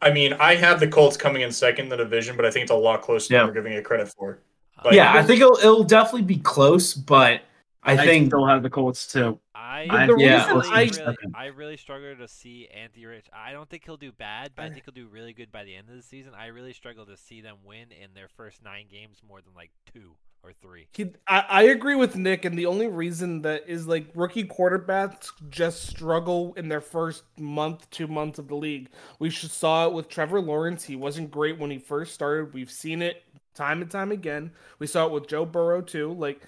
I mean, I have the Colts coming in second in the division, but I think it's a lot closer
Yeah.
than we're giving it credit for.
Um,
Like-
yeah, I think it'll, it'll definitely be close, but I
I
think
still have the Colts too.
I,
But
the
yeah,
reason
I,
I-
really, I really struggle to see Anthony Rich. I don't think he'll do bad, but I think he'll do really good by the end of the season. I really struggle to see them win in their first nine games more than like two or three.
He, I, I agree with Nick, and the only reason that is like rookie quarterbacks just struggle in their first month, two months of the league. We sh- saw it with Trevor Lawrence. He wasn't great when he first started. We've seen it time and time again. We saw it with Joe Burrow too. Like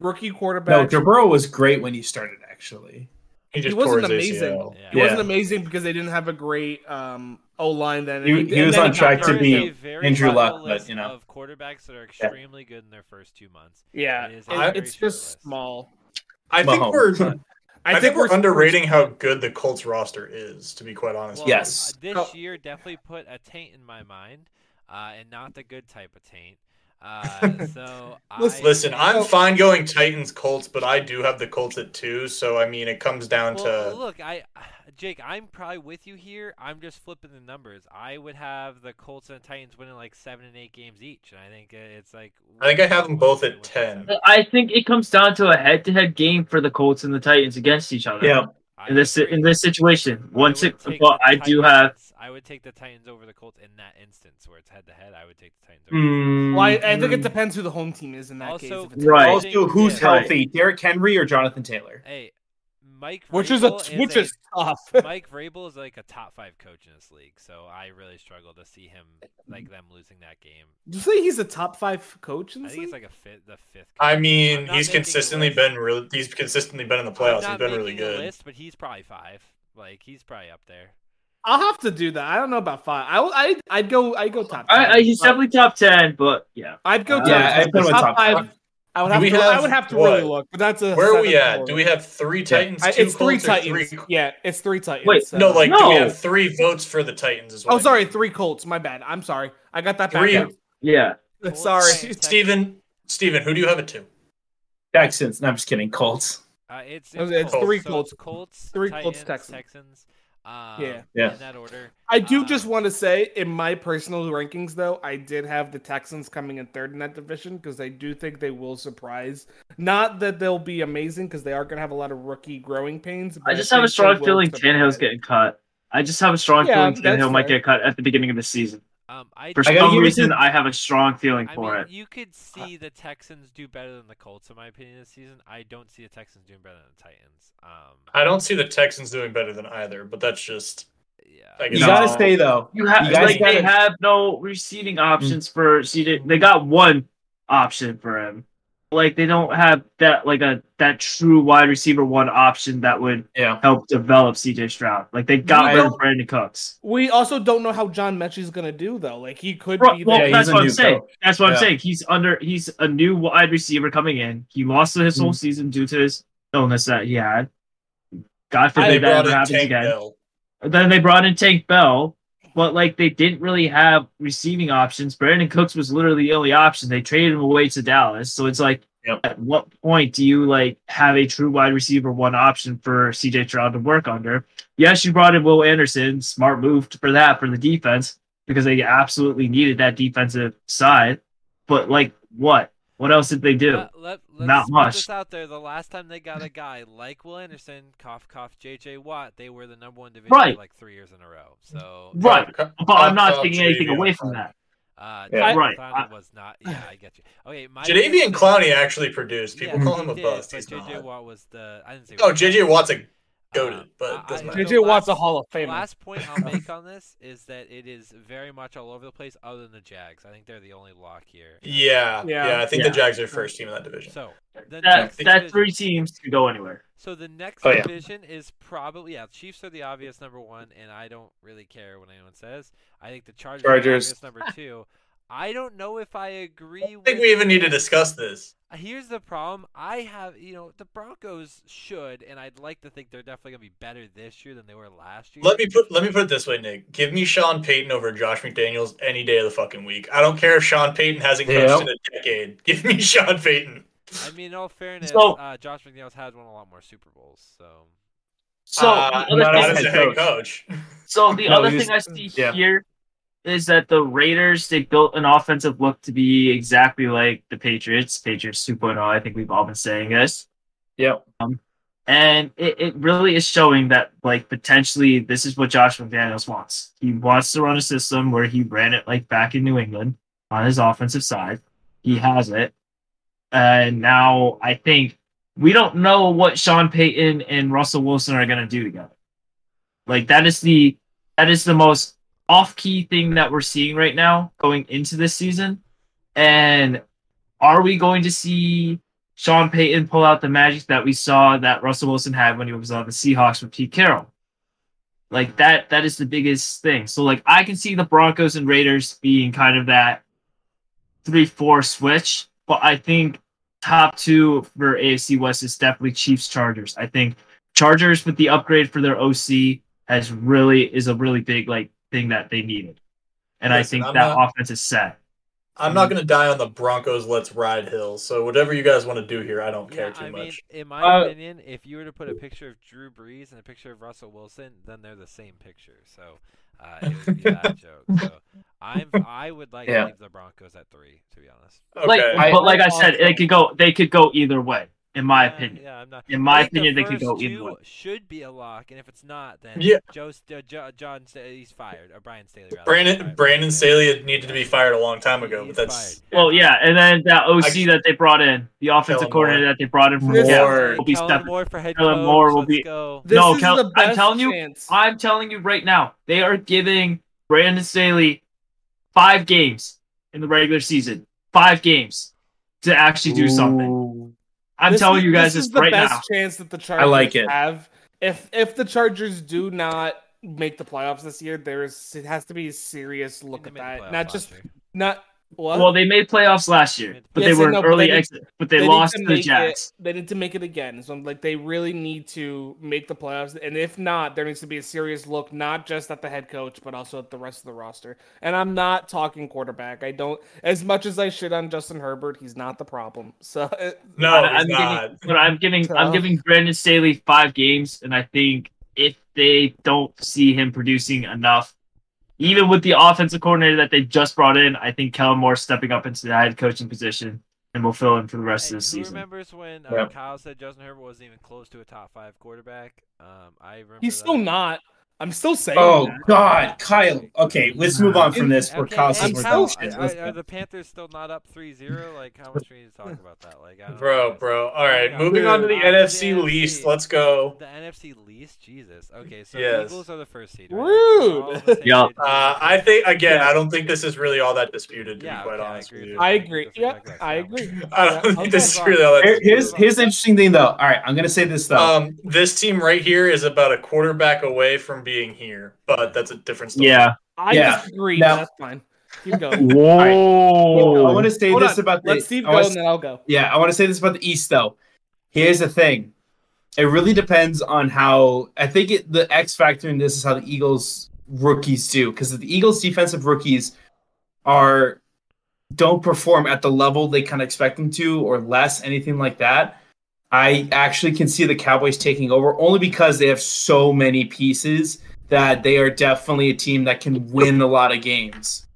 rookie
no,
quarterbacks,
Joe Burrow was great when he started. Actually,
He
he
just tore
wasn't
his
amazing.
ACL.
Yeah.
He wasn't
Yeah.
amazing because they didn't have a great um, O line then.
He-
And
he
and
was
then
on
got
track to
hurt.
There is
be
a very
Andrew
viable
Luck, but,
list
you know.
of quarterbacks that are extremely good in their first two months.
Yeah,
It is
a
it-
very
it's
short
just
list.
small.
I think
Mahomes.
we're
I,
I think we're underrating how good the Colts roster is, to be quite honest.
Well,
with you.
Yes.
uh, This
Oh.
year definitely put a taint in my mind, uh, and not the good type of taint. Uh, so I,
Listen-
Listen, I'm
Oh.
fine going Titans Colts, but I do have the Colts at two, so I mean it comes down
Well,
to
look, I, Jake, I'm probably with you here. I'm just flipping the numbers. I would have the Colts and Titans winning like seven and eight games each, and I think uh, it's like.
I think I have 'em both at 10.
I think it comes down to a head-to-head game for the Colts and the Titans against each other.
yeah,
I
In this
agree.
in this situation,
I
once
would
it,
take
but
the
I do have
Titans- I would take the Titans over the Colts in that instance where it's head to head. I would take the Titans. Over
Hmm.
Mm,
Well, I, I think it depends who the home team is in that
Also-
case. if it's-
Right.
Also, who's
Yeah.
healthy? Derrick Henry or Jonathan Taylor?
Hey, Mike.
Which is a
Vrabel
which
a
is tough.
Mike Vrabel is like a top five coach in this league, so I really struggle to see him like them losing that game.
Did you say he's a top five coach in
I
this
think it's like
league?
a fifth, the fifth.
I
coach. I'm
mean,
not
he's
making a
consistently
list.
been really he's consistently been in the
I'm
playoffs.
not
He's been really
making a
good.
List, but he's probably five. Like he's probably up there.
I'll have to do that. I don't know about five. I will, I I'd go I'd go top.
I, I,
ten.
he's definitely top ten, but yeah.
I'd go
Uh,
top,
yeah,
ten.
I'd put him in top
five. I would
Do
have
we
to. I
have
would have to
what?
really look. But that's a.
Where are we
seven
at?
forward.
Do we have three
Yeah.
Titans?
I,
two
it's three
Colts, or
Titans.
three-
Yeah, it's three Titans.
Wait,
No, like do we
No.
have three votes for the Titans as well?
Oh, sorry, three Colts. My bad. I'm sorry. I got that
Three.
back.
Yeah.
up.
Colts,
sorry.
Titans.
Steven, Steven, who do you have it to?
Texans. No, I'm just kidding. Colts.
Uh, it's,
It's
it's,
three
so
Colts.
it's Colts,
Three
Titans,
Colts, Texans.
Texans. Um,
Yeah.
Yeah.
In that order.
I do
Um,
just want to say, in my personal rankings, though, I did have the Texans coming in third in that division because I do think they will surprise. Not that they'll be amazing because they are going to have a lot of rookie growing pains. But
I just have a
think they
strong
will
feeling
surprise.
Tannehill's getting cut. I just have a strong
Yeah,
feeling
that's
Tannehill might
fair.
get cut at the beginning of the season.
Um, I,
For
I gotta
some
give it
reason,
to-
I have a strong feeling
I
for
mean,
it.
you could see the Texans do better than the Colts, in my opinion, this season. I don't see the Texans doing better than the Titans. Um,
I don't see the Texans doing better than either, but that's just
yeah.
I
You
guess.
No.
gotta stay though.
You have
You guys
like they
gotta-
have no receiving options
Mm.
for seated. They got one option for him. Like they don't have that like a that true wide receiver one option that would
Yeah.
help develop CJ Stroud. Like they
We
got rid of
don't-
Brandon Cooks.
We also don't know how John Mechie's going to do, though. Like, he could
Well,
be
well,
there.
he's
that's
a
what I'm
new
saying.
coach.
That's what
Yeah.
I'm saying. He's under. He's a new wide receiver coming in. He lost his
Mm.
whole season due to his illness that he had. God
They
forbid that
brought
ever
in
happens
Tank
again.
Dell.
Then they brought in Tank Bell, but like they didn't really have receiving options. Brandon Cooks was literally the only option. They traded him away to Dallas. So it's like,
Yep.
at what point do you like have a true wide receiver one option for CJ Stroud to work under? Yes, you brought in Will Anderson, smart move for that for the defense because they absolutely needed that defensive side. But like, what? What else did they do?
Uh, let, let's
Not
put
much.
This out there. The last time they got a guy like Will Anderson, cough cough, J.J. Watt, they were the number one division
Right.
for like three years in a row. So
right.
Cup-
But I'm
Cup-
not
Cup,
taking anything
Jadavian
away from
Clowney.
that.
uh,
Yeah.
Jadavion
Right.
Clowney
I-
was not. Yeah, I get you. Okay, my
Jadavian
biggest-
Clowney actually produced. People
Yeah,
call
he
him a
did,
bust.
but
He's
J.J.
not.
Watt was the. I didn't say.
No, J.J. Watt's a goated,
Um,
but
I-
it doesn't
I-
matter.
J.J.
JJ Watt's a
last-
Hall of
The
Famer.
last point I'll make on this is that it is very much all over the place, other than the Jags. I think they're the only lock here.
Yeah,
Yeah.
yeah, I think
Yeah.
the Jags are first team in that division.
So the
That,
next
that
division-
three teams could go anywhere.
So the next
Oh, yeah.
division is probably yeah. Chiefs are the obvious number one, and I don't really care what anyone says. I think the Chargers,
Chargers.
are the obvious number two. I don't know if I agree. Uh,
I don't think we even need to discuss this.
Here's the problem. I have, you know, the Broncos should, and I'd like to think they're definitely gonna be better this year than they were last year.
Let me put let me put it this way, Nick. Give me Sean Payton over Josh McDaniels any day of the fucking week. I don't care if Sean Payton hasn't coached
Yeah.
in a decade. Give me Sean Payton.
I mean, in all fairness,
So-
uh, Josh McDaniels has won a lot more Super Bowls. So
So
uh,
the
not
other
as
as
thing,
a
head
head coach.
so the
No,
other
he was-
thing I see
yeah.
here is that the Raiders they built an offensive look to be exactly like the Patriots, Patriots 2.0. I think we've all been saying this, Um,
Yep.
and it, it really is showing that like potentially this is what Josh McDaniels wants. He wants to run a system where he ran it like back in New England on his offensive side. He has it, and now I think we don't know what Sean Payton and Russell Wilson are going to do together. Like that is the that is the most off key thing that we're seeing right now going into this season. And are we going to see Sean Payton pull out the magic that we saw that Russell Wilson had when he was on the Seahawks with Pete Carroll? Like that that is the biggest thing. So like I can see the Broncos and Raiders being kind of that three four switch, but I think top two for AFC West is definitely Chiefs Chargers. I think Chargers with the upgrade for their OC has really is a really big like thing that they needed. And
Listen,
I think
I'm
that
not-
offense is set.
I'm not gonna die on the Broncos let's ride hill. So whatever you guys want to do here, I don't care
yeah,
too
I
much.
mean, in my
Uh,
opinion, if you were to put a picture of Drew Brees and a picture of Russell Wilson, then they're the same picture. So uh, it would be that joke. So I'm I would like
Yeah.
to leave the Broncos at three, to be honest.
Like,
okay.
I-
but like I said, it could go. They could go either way, in my
Yeah,
opinion.
Uh, Yeah, I'm not.
In my
I think the
opinion, they could
first
go either
two
way.
Should be a lock, and if it's not, then
Yeah.
Joe, St- uh, Jo- John, St- he's fired. Or Brian Staley. Rather,
Brandon
Sorry,
Brandon Salia needed to be
He's
fired a long time ago,
fired.
but that's
Well, yeah, and then that OC
I-
that they brought in, the offensive
Kellen
coordinator
Moore.
that they brought in from
This-
Cal-
Moore.
will be
Kellen
stepping.
Moore for head
Kellen
coach.
Moore will
Let's
be-
go.
This
No,
is
Kel-
the
I'm
best
telling you,
chance.
I'm telling you right now, they are giving Brandon Staley five games in the regular season, five games to actually do something. I'm
This
telling
is-
you
this
guys this,
is the
right
best
now.
chance that the Chargers
like it.
have. If if the Chargers do not make the playoffs this year, there's it has to be a serious look
They
at
made the
that.
playoffs
Not
last
just
year.
not what
Well, they made playoffs last year, but
Yes,
they
I
were
know,
an
but
early
they need-
exit. But they,
need
lost
to
to the
make
Jacks.
It, they need to make it again. So I'm like, they really need to make the playoffs. And if not, there needs to be a serious look, not just at the head coach, but also at the rest of the roster. And I'm not talking quarterback. I don't, as much as I shit on Justin Herbert, he's not the problem. So uh,
No,
I-
he's
I'm
not.
giving, but I'm giving I'm
So-
giving Brandon Staley five games, and I think if they don't see him producing enough, even with the offensive coordinator that they just brought in, I think Kellen Moore stepping up into the head coaching position and will fill in for the rest
Hey,
of the
who
season.
remembers when uh,
Yep.
Kyle said Justin Herbert wasn't even close to a top five quarterback? Um, I remember
he's
that.
still not. I'm still saying,
Oh
that.
God, Kyle. Okay, let's move on from this. We're
Okay,
causing
and
we're
how,
more
still-
are,
tension.
are- are the Panthers still not up 3-0? Like, how much we need to talk about that? Like, I don't
Bro,
know.
bro. All right, moving on to the
Yeah.
NFC
Yeah.
least. Let's go.
The NFC least, Jesus. Okay, so the
Yes.
Eagles are the first seed. right? Like, we're all on the
Rude.
same
Yup.
page.
Uh, I think again, I don't think this is really all that disputed. To
Yeah,
be quite
okay, I
honest,
agree
with
with
you.
that.
I agree. Yeah, I agree.
I don't
Yeah,
think
okay.
this is really all that.
Here-
disputed.
here's here's the interesting thing though. All right, I'm gonna say this though.
Um, this team right here is about a quarterback away from being here, but that's a different story.
Yeah.
I
Yeah.
disagree.
Now-
That's fine. Keep going.
Whoa.
I want to say
Hold
this
on.
about the.
Let Steve
I
go
wanna
and then I'll go.
Yeah, I want to say this about the East though. Here's the thing. It really depends on how I think it, the X factor in this is how the Eagles rookies do because the Eagles defensive rookies are don't perform at the level they kind of expect them to or less anything like that. I actually can see the Cowboys taking over only because they have so many pieces that they are definitely a team that can win a lot of games.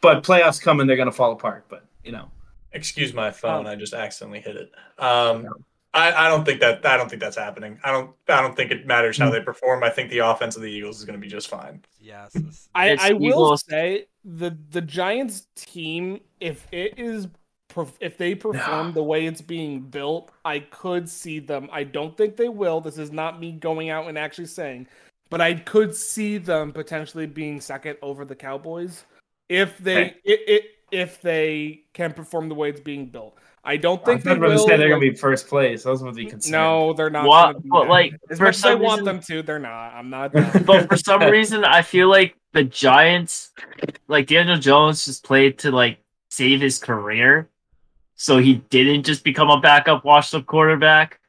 But playoffs come and they're going to fall apart, but you know.
Excuse my
Oh.
phone. I just accidentally hit it. Um, I, I don't think that I don't think that's happening. I don't I don't think it matters
Hmm.
how they perform. I think the offense of the Eagles is going to be just fine.
Yes. this-
I,
It's
I will
Eagles.
say the the Giants team, if it is perf- if they perform the way it's being built, I could see them. I don't think they will. This is not me going out and actually saying, but I could see them potentially being second over the Cowboys if they
Okay.
it, it if they can perform the way it's being built. I don't think
I was
they
about to
will.
say they're gonna be first place. That was about to be concerned.
no, they're not.
Wha-
gonna be
but
that.
like
as
for
much as I
some
want
reason,
them to, they're not. I'm not.
but for some reason, I feel like the Giants, like Daniel Jones, just played to like save his career, so he didn't just become a backup, washed-up quarterback.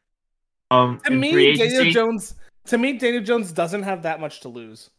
Um,
to
in
me,
free
Daniel
agency.
Jones. To me, Daniel Jones doesn't have that much to lose.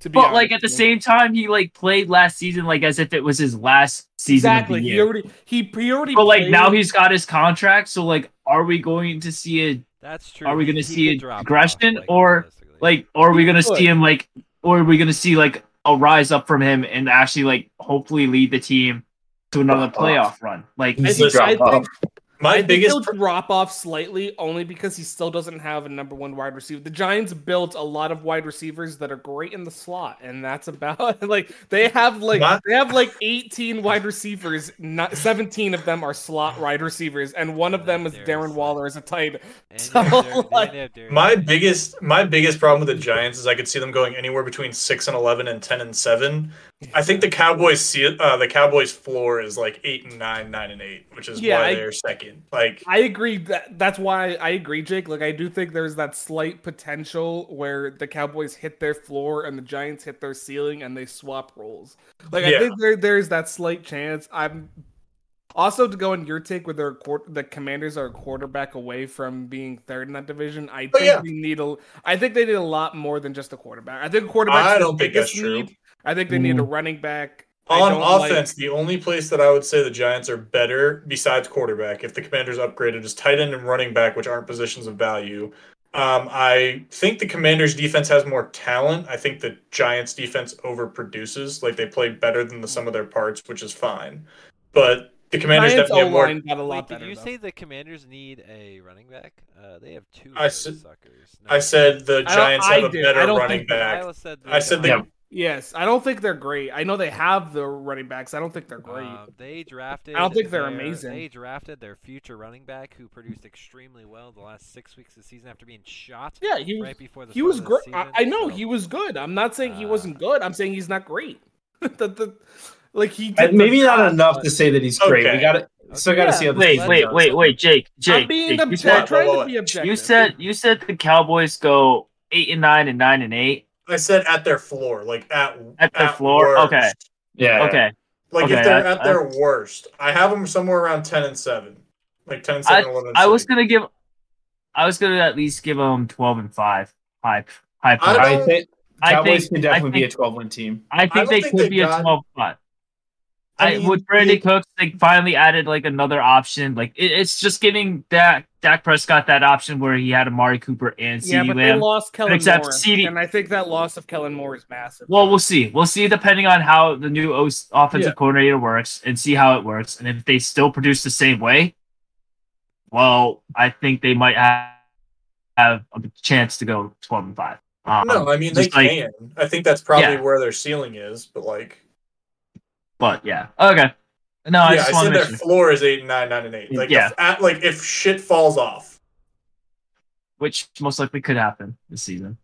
To be
but like at
honest
the
with you.
same time, he like played last season like as if it was his last season. of the
exactly. He
year.
already he, he already.
But like
played-
now he's got his contract, so like, are we going to see a
That's true.
Are we
He-
gonna
he
see
could
a
drop off,
regression,
like,
or,
realistically.
like or are we gonna
Good.
see him like or are we gonna see like a rise up from him and actually like hopefully lead the team to another playoff run like
I
He's
think, I
dropped off.
think,
My
I think
biggest
he'll drop off slightly only because he still doesn't have a number one wide receiver. The Giants built a lot of wide receivers that are great in the slot, and that's about like they have like
My-
they have like eighteen wide receivers. Not seventeen of them are slot wide receivers, and one of them is
Darius
Darren
Slay.
Waller as a tight. end.
And
so,
they have Dar- and
like,
they have Darius
My
Slay.
biggest my biggest problem with the Giants is I could see them going anywhere between six and eleven and ten and seven. I think the Cowboys see it, uh, the Cowboys floor is like eight and nine, nine and eight, which is
Yeah,
why
I-
they're second. Like
I agree that that's why I agree, Jake. Like I do think there's that slight potential where the Cowboys hit their floor and the Giants hit their ceiling and they swap roles. Like I
Yeah.
think there there's that slight chance. I'm also to go on your take with their quar- the Commanders are a quarterback away from being third in that division. I
Oh,
think
yeah.
we need a I think they need a lot more than just a quarterback. I think quarterback
I don't think that's true.
Need. I think they need a running back. I
on
don't like-
offense, the only place that I would say the Giants are better besides quarterback, if the Commanders upgraded, is tight end and running back, which aren't positions of value. Um, I think the Commanders' defense has more talent. I think the Giants' defense overproduces. Like they play better than the sum of their parts, which is fine. But the Commanders
Giants
definitely have more
O-line got a lot
Wait, did
better,
you
though.
say the Commanders need a running back? Uh, they have two. of
I
those
said-
suckers. No.
I said the
don't-
Giants
I
have a
did. I
better
don't
running
think that-
back.
Kyle said um,
I said they
Giants-
Yes, I don't think they're great. I know they have the running backs. I don't think they're great.
Um, they drafted.
I don't think they're
their-
amazing.
They drafted their future running back, who produced extremely well the last six weeks of the season after being shot
yeah, he was
right before the.
he
start
was
of the
great. I,
season,
I know
so-
he was good. I'm not saying he wasn't
Uh,
good. I'm saying he's not great. the, the, like he
Uh,
did the
maybe not
job,
enough
but-
to say that he's great.
Okay.
We got to still got to
Yeah.
see how this
wait
team
wait
does.
wait wait Jake Jake,
I'm being
Jake, you
objective.
said
object-
trying
Whoa, whoa,
to be objective.
you said you said the Cowboys go eight and nine and nine and eight
I said at their floor, like at
At their floor?
worst.
Okay.
Yeah.
Okay.
Like
Okay,
if they're
I-
at their worst, I have them somewhere around ten and seven, like 10 and seven, 11 and
I was
seven.
gonna give. I was gonna at least give them twelve and five. Hype. Hype.
I don't-
I think
I
Cowboys
think-
can definitely
I
be a
think-
12 win team.
I think
don't
they
think
could
they've
be a
got-
twelve spot.
I
I,
mean,
with Brandon
the-
Cooks, they finally added like another option. Like it, it's just giving Dak Dak Prescott that option where he had Amari Cooper and CeeDee
yeah, but they
Lamb.
lost Kellen
except
Moore,
CD
and I think that loss of Kellen Moore is massive.
Well, we'll see. We'll see depending on how the new o- offensive
Yeah.
coordinator works and see how it works. And if they still produce the same way, well, I think they might have, have a chance to go 12 and 5. Um,
No, I mean they
just like-
can. I think that's probably
Yeah.
where their ceiling is, but like
But yeah. Okay. No, I
yeah,
just
I
want
said
to
their
mention.
floor is eight and nine, nine and eight. Like
Yeah.
if at, like if shit falls off.
which most likely could happen this season.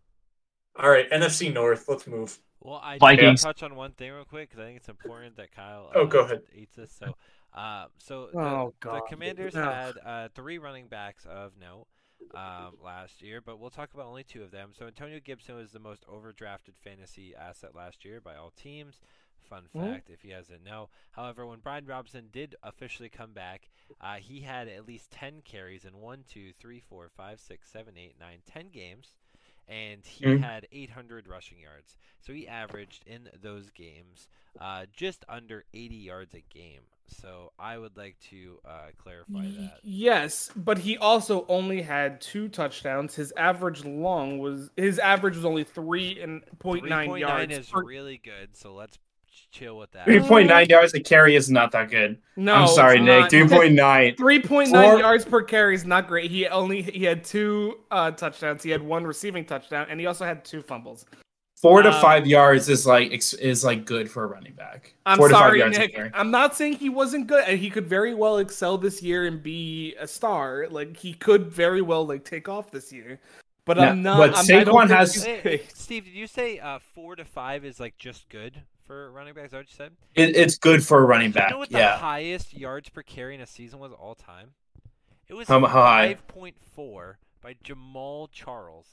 All right, NFC North, let's move.
Well, I do want
Vikings.
to touch on one thing real quick because I think it's important that Kyle.
Oh,
uh,
go ahead.
Eats this. So, uh, so the,
Oh,
the
God.
Commanders
Ugh.
had uh, three running backs of note um, last year, but we'll talk about only two of them. So Antonio Gibson was the most overdrafted fantasy asset last year by all teams. Fun
Mhm.
fact, if you guys didn't know. However, when Brian Robinson did officially come back, uh, he had at least 10 carries in 1, 2, 3, 4, 5, 6, 7, 8, 9, 10 games, and he
Mhm.
had 800 rushing yards. So he averaged in those games uh, just under 80 yards a game. So I would like to uh, clarify
Y-
that.
Yes, but he also only had two touchdowns. His average long was his average was only three and point nine
3.9
yards.
is
per-
really good, so let's ch- chill with that.
3.9 yards a carry is not that good.
no,
I'm sorry,
it's
Nick.
not.
3.9.
Three point nine
Four-
yards per carry is not great. He only he had two uh, touchdowns. He had one receiving touchdown, and he also had two fumbles.
Four to
Um,
five yards is like ex- is like good for a running back.
I'm
Four
sorry,
to five yards a
Nick.
carry.
I'm not saying he wasn't good, and he could very well excel this year and be a star. Like he could very well like take off this year. But
No,
I'm not.
but
I'm, I don't
Saquon
think
has-
he's
Hey,
big.
Steve, did you say uh, four to five is like just good for running backs? Is that what you said?
It, it's good for a running back.
You know what the
yeah.
highest yards per carry in a season was all time? It was
How mu- how high?
5.4 by Jamal Charles.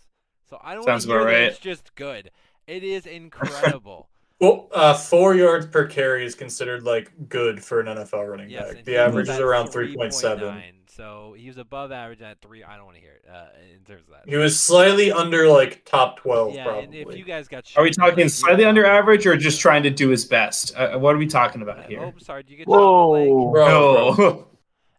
So I don't
Sounds
want to
about
hear that
right.
it's just good. It is incredible.
Well, uh, four yards per carry is considered like good for an NFL running
yes,
back.
and
The
he was
average is
at
around three point seven.
3.9, So he was above average at three. I don't want to hear it uh, in terms of that.
He was slightly under like top twelve,
yeah, and
probably.
if you guys got
Are we
shit,
talking
like,
slightly
you're
under
not-
average or just trying to do his best? Uh, what are we talking about
Uh, Oh,
here? Oh,
I'm sorry. Did you get
Whoa.
Bro,
No.
bro.
shot in the leg?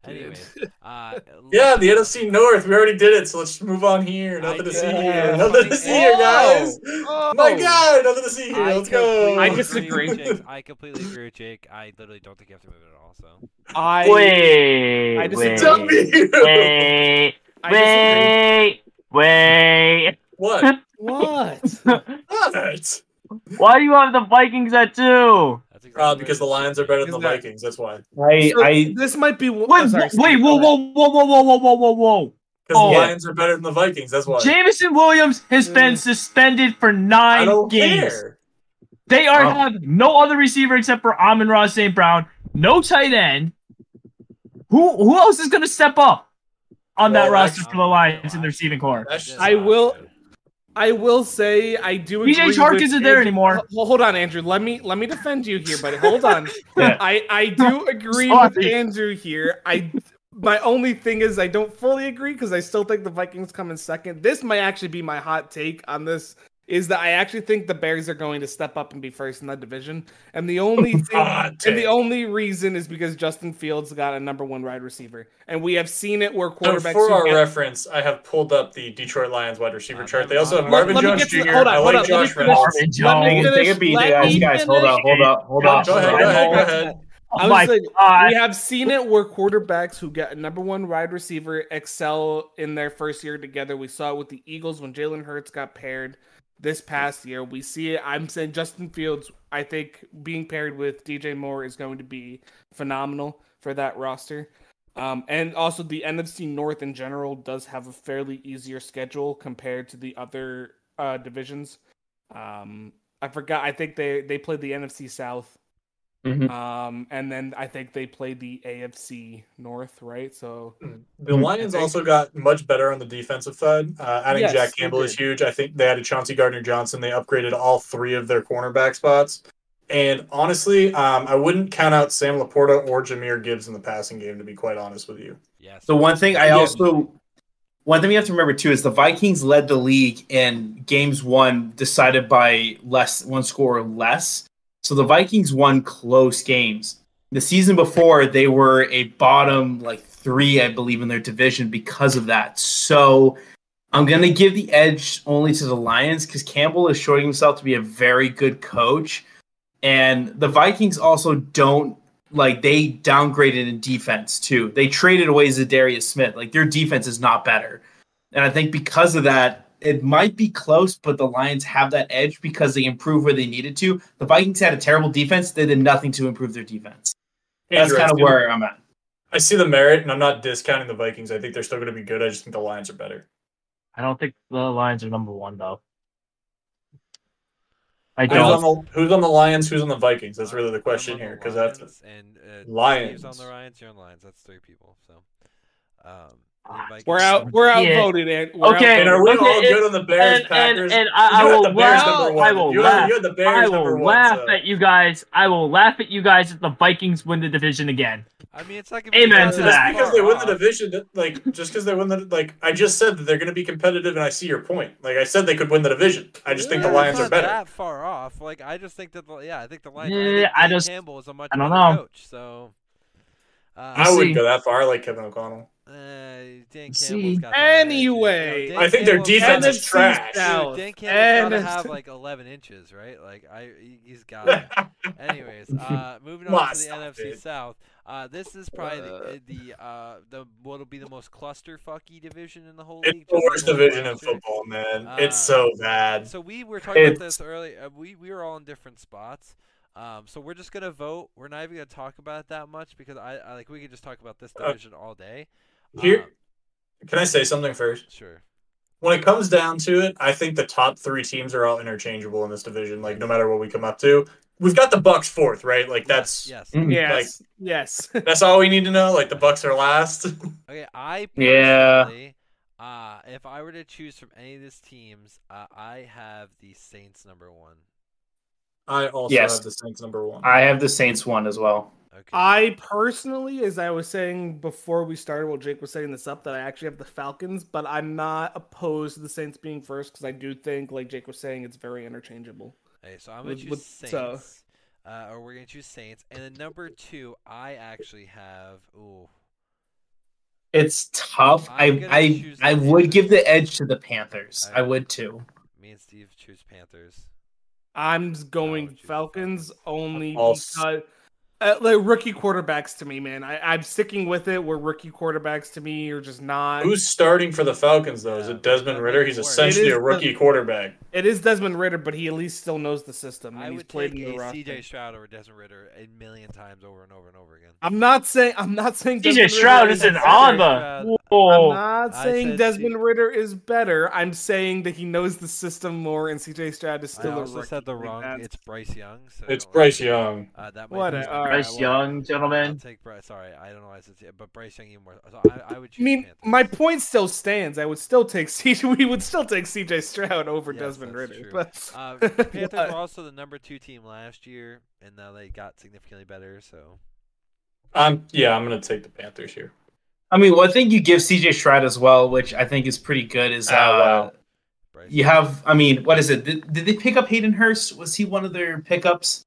Anyways, uh,
Yeah,
let's-
the NFC North. We already did it, so let's move on here. Nothing to
I
see
did.
here. Nothing to see here, guys.
Oh.
My God, nothing to see here.
I
Let's go.
completely
I
agree
disagree.
with Jake. I completely agree with Jake. I literally don't think you have to move it at all. So
I
Wait.
I disagree.
wait,
Tell me
Wait.
I disagree.
Wait. Wait.
what?
What?
What?
Why do you have the Vikings at two?
that's exactly
Uh,
what
because
it
the
is.
Lions are better than the
Isn't that-
Vikings. That's why.
I,
So,
I
this might be. What,
Wait, wait, whoa, whoa, whoa, whoa, whoa, whoa, whoa, whoa.
Because
Oh.
the Lions are better than the Vikings. That's why.
Jamison Williams has been
Mm.
suspended for
I
nine
don't
games.
care.
They are
Oh.
Wow.
have no other receiver except for Amon Ross St. Brown, no tight end. Who who else is gonna step up on that
Well,
roster
that's-
for the Lions in the receiving core?
That's-
I will- I will say I do.
DJ
agree
Chark
with
isn't there
Andrew-
anymore.
Ho- hold on, Andrew. Let me let me defend you here, buddy. Hold on.
Yeah.
I I do agree with
Sorry.
Andrew here. I my only thing is I don't fully agree because I still think the Vikings come in second. This might actually be my hot take on this. Is that I actually think the Bears are going to step up and be first in that division, and the only thing,
Hot
and the
take.
only reason is because Justin Fields got a number one wide receiver, and we have seen it where
So
quarterbacks
for
who
our
get-
reference, I have pulled up the Detroit Lions wide receiver
Um,
chart. They also have
let-
Marvin
let me
Jones
get to-
Jr.
hold on,
I
hold
like
on, let me
Josh
finish.
Reynolds.
Marvin
Let me
take,
Jones.
a- take a
finish.
beat,
Let
guys.
me
Guys, hold
finish.
up, hold up, hold up.
Go ahead,
hold
go
up.
ahead, go ahead.
I
Oh my
was like,
God.
we have seen it where quarterbacks who get a number one wide receiver excel in their first year together. We saw it with the Eagles when Jalen Hurts got paired this past year. We see it. I'm saying Justin Fields, I think being paired with DJ Moore is going to be phenomenal for that roster. Um, and also, the NFC North in general does have a fairly easier schedule compared to the other uh, divisions. Um, I forgot. I think they they played the NFC South
Mhm.
Um, and then I think they played the AFC North, right? So
Mm-hmm. The Lions also got much better on the defensive side. Uh, adding
Yes,
Jack
they
Campbell is
did.
huge. I think they added Chauncey Gardner Johnson. They upgraded all three of their cornerback spots. And honestly, um, I wouldn't count out Sam Laporta or Jameer Gibbs in the passing game, to be quite honest with you.
Yes.
The one thing I
Yeah.
also one thing we have to remember too is the Vikings led the league in games won decided by less one score or less. So the Vikings won close games. The season before they were a bottom like 3 I believe in their division because of that. So I'm going to give the edge only to the Lions cuz Campbell is showing himself to be a very good coach and the Vikings also don't like they downgraded in defense too. They traded away Zadarius Smith. Like their defense is not better. And I think because of that, it might be close, but the Lions have that edge because they improved where they needed to. The Vikings had a terrible defense. They did nothing to improve their defense. That's
Andrew, I
kind of
see-
where I'm at.
I see the merit, and I'm not discounting the Vikings. I think they're still going to be good. I just think the Lions are better.
I don't think the Lions are number one though. I
Who's on,
don't.
the, who's on the Lions? Who's on the Vikings? That's really the
I'm
question
on
here. Because
Lions
that's
and uh, Steve's
Lions.
on the Lions. You're on the Lions. That's three people. So um, the
Ah,
Vikings-
we're out. We're
Yeah.
outvoted, and we're
Okay.
outvoted.
and are we
Okay,
all
it's-
good on the Bears,
And, and
Packers?
and I, I
you had
will
the Bears
laugh.
number
I
one.
will
you,
laugh.
Had, you had the Bears
I
number
will
one.
laugh
so-
at you guys. I will laugh at you guys if the Vikings win the division again.
I mean, it's not gonna be
Amen
that
to
far
that.
Just because they win the
off.
division, that- like just because they win the like, I just said that they're going to be competitive, and I see your point. Like I said, they could win the division. I just think the
Yeah,
Lions
it's not
are better.
That far off? Like I just think that the, yeah, I think the Lions.
Yeah,
think
I
Pete
just-
Campbell is a much
I don't
better
know.
coach. So uh,
I
see.
wouldn't go that far. I like Kevin O'Connell.
uh, Dan Campbell's
see.
got that edge,
Anyway.
you know. Dan
I think their
Campbell's
defense
gotta-
is trash.
NFC
Dude,
South.
Dan Campbell's
And-
gotta have like 11 inches, right? Like I, he- he's got. It. Anyways, uh, moving on
Ma,
to the
stop
NFC
it.
South. Uh, this is probably the, the uh the what'll be the most clusterfucky division in the whole league.
It's the
just
worst
like
division in
last year.
football, man.
Uh,
it's so bad.
So we were talking about
It's-
this earlier. uh, We we were all in different spots. Um, so we're just gonna vote. We're not even gonna talk about it that much because I, I like we could just talk about this
Uh,
division all day.
Here,
Um,
can I say something first?
sure.
when it comes down to it, I think the top three teams are all interchangeable in this division. Like no matter what we come up to, we've got the Bucks fourth, right? Like that's
yes.
Mm.
Yes, yes.
that's all we need to know. Like the Bucks are last.
Okay, I
Yeah.
personally, uh, if I were to choose from any of these teams, uh, I have the Saints number one.
I also
Yes.
have the Saints number one.
I have the Saints one as well.
Okay.
I personally, as I was saying before we started, while Jake was setting this up, that I actually have the Falcons, but I'm not opposed to the Saints being first because I do think, like Jake was saying, it's very interchangeable.
Hey, so I'm gonna
With-
choose
with- so-
Saints, uh, or we're gonna choose Saints, and then number two, I actually have. Ooh,
It's tough.
I'm
I
gonna
I,
choose the
I would
Panthers.
give the edge to the Panthers.
I-
I would too.
me and Steve choose Panthers.
I'm s-
would
going
choose the
Falcons only
I'll s-
because uh, like rookie quarterbacks to me, man. I, I'm sticking with it. Where rookie quarterbacks to me are just not.
Who's starting for the Falcons though? Is it Desmond Ritter? He's
It is
essentially a
the-
rookie quarterback.
It is Desmond Ritter, but he at least still knows the system and
I
he's
would
played
take
in the
a
rough.
CJ Stroud over Desmond Ritter a million times over and over and over again.
I'm not saying I'm not
DJ
saying Desmond
Stroud
Ridder
is an
better.
honor.
I'm
Whoa.
not
I
saying
said
Desmond
C-
Ritter is better. I'm saying that he knows the system more, and CJ Stroud is
I
still a
also
rookie.
said the
Like,
wrong.
that's-
It's Bryce Young. So I
It's
don't like
Bryce
it.
Young.
Uh, that might
What
be
a-
the-
all right,
Bryce
well,
Young,
I'll
gentlemen.
take Bryce. Sorry, I don't know why I said, C- but Bryce Young even more. So I, I would choose.
I mean,
Panthers.
my point still stands. I would still take CJ. We would still take CJ Stroud over
Yes,
Desmond
that's
Ritter.
true.
But
Uh, the Panthers
What?
were also the number two team last year, and now they got significantly better. So
I'm yeah. I'm gonna take the Panthers here.
I mean, one thing you give CJ Stroud as well, which I think is pretty good, is uh,
Oh, wow.
Bryce
you have i mean what is it did, did they pick up hayden hurst was he one of their pickups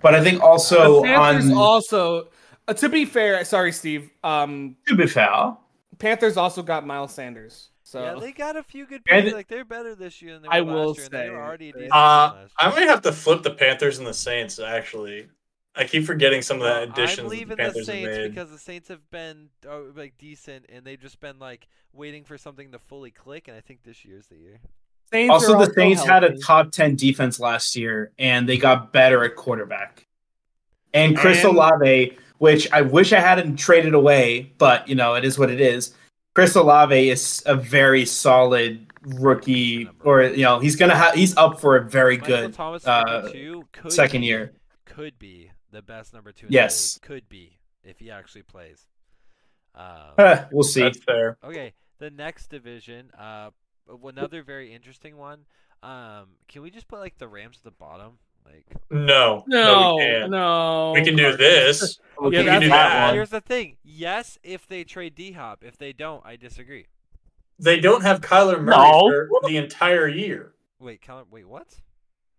but i think also
the Panthers
on
also, uh, to be fair, sorry, Steve. Um,
to be fair,
Panthers also got Miles Sanders. So
Yeah, they got a few good
And-
players. Like they're better this year than they were
I
last
will
year, and they
say
were already a
that-
decent team
Uh,
last
I
year.
might have to flip the Panthers and the Saints. Actually, I keep forgetting some of
Well,
the additions
I'm
that the
leaving
Panthers have
Saints
made.
because the Saints have been uh, like decent, and they've just been like waiting for something to fully click. And I think this year's the year.
Saints
also
are
the saints had a
healthy.
top 10 defense last year and they got better at quarterback and chris
And-
olave which i wish i hadn't traded away but you know it is what it is chris olave is a very solid rookie or you know he's gonna have he's up for a very
Michael
good
Thomas
uh,
number two could
second
be-
year
could be the best number two. in the
Yes.
league. could be if he actually plays. Um,
Huh, we'll see.
That's fair.
okay, the next division, uh, another very interesting one. Um, can we just put like the Rams at the bottom? Like,
No.
No,
we
no,
can't. We can do this.
Yeah,
we
that's
can do
that
that.
here's the thing. Yes, if they trade D Hop. If they don't, I disagree.
They don't have Kyler Murray
No.
for the entire year.
Wait, Keller, wait, what?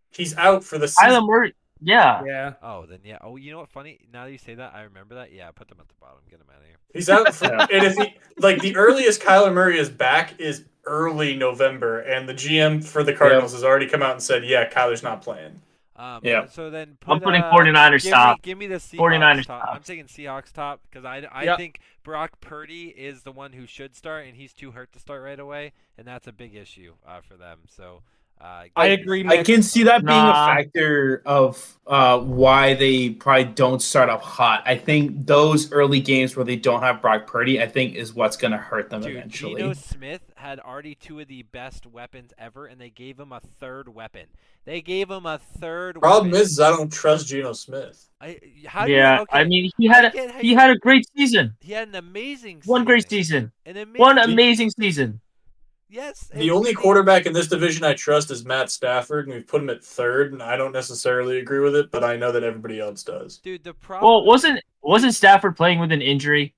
He's out for the season.
Kyler Murray. Yeah.
Yeah,
Oh, then yeah. Oh, you know what? Funny. Now that you say that, I remember that. Yeah, put them at the bottom. Get them out of here.
He's out for, and if he like the earliest Kyler Murray is back is early November, and the GM for the Cardinals has already come out and said, "Yeah, Kyler's not playing."
Um,
Yeah.
So then, put,
I'm putting
uh,
49ers
give
top.
Me, give me the Seahawks
49ers
top.
top.
I'm taking Seahawks top because I, I
Yep.
think Brock Purdy is the one who should start, and he's too hurt to start right away, and that's a big issue uh, for them. So uh,
I
give me
agree.
I
Nick.
can see that being
Nah.
a factor of uh, why they probably don't start up hot. I think those early games where they don't have Brock Purdy, I think, is what's going to hurt them
Dude,
eventually.
Geno Smith had already two of the best weapons ever, and they gave him a third weapon. They gave him a third.
Problem
weapon.
is, is I don't trust Geno Smith.
I, how do you-
yeah.
okay,
I mean, he had a,
get how
he
you-
had a great season.
he had an amazing
One great season.
An amazing,
One amazing season.
Yes,
The only quarterback in this division I trust is Matt Stafford, and we've put him at third, and I don't necessarily agree with it, but I know that everybody else does.
Dude, the problem.
Well, wasn't wasn't Stafford playing with an injury?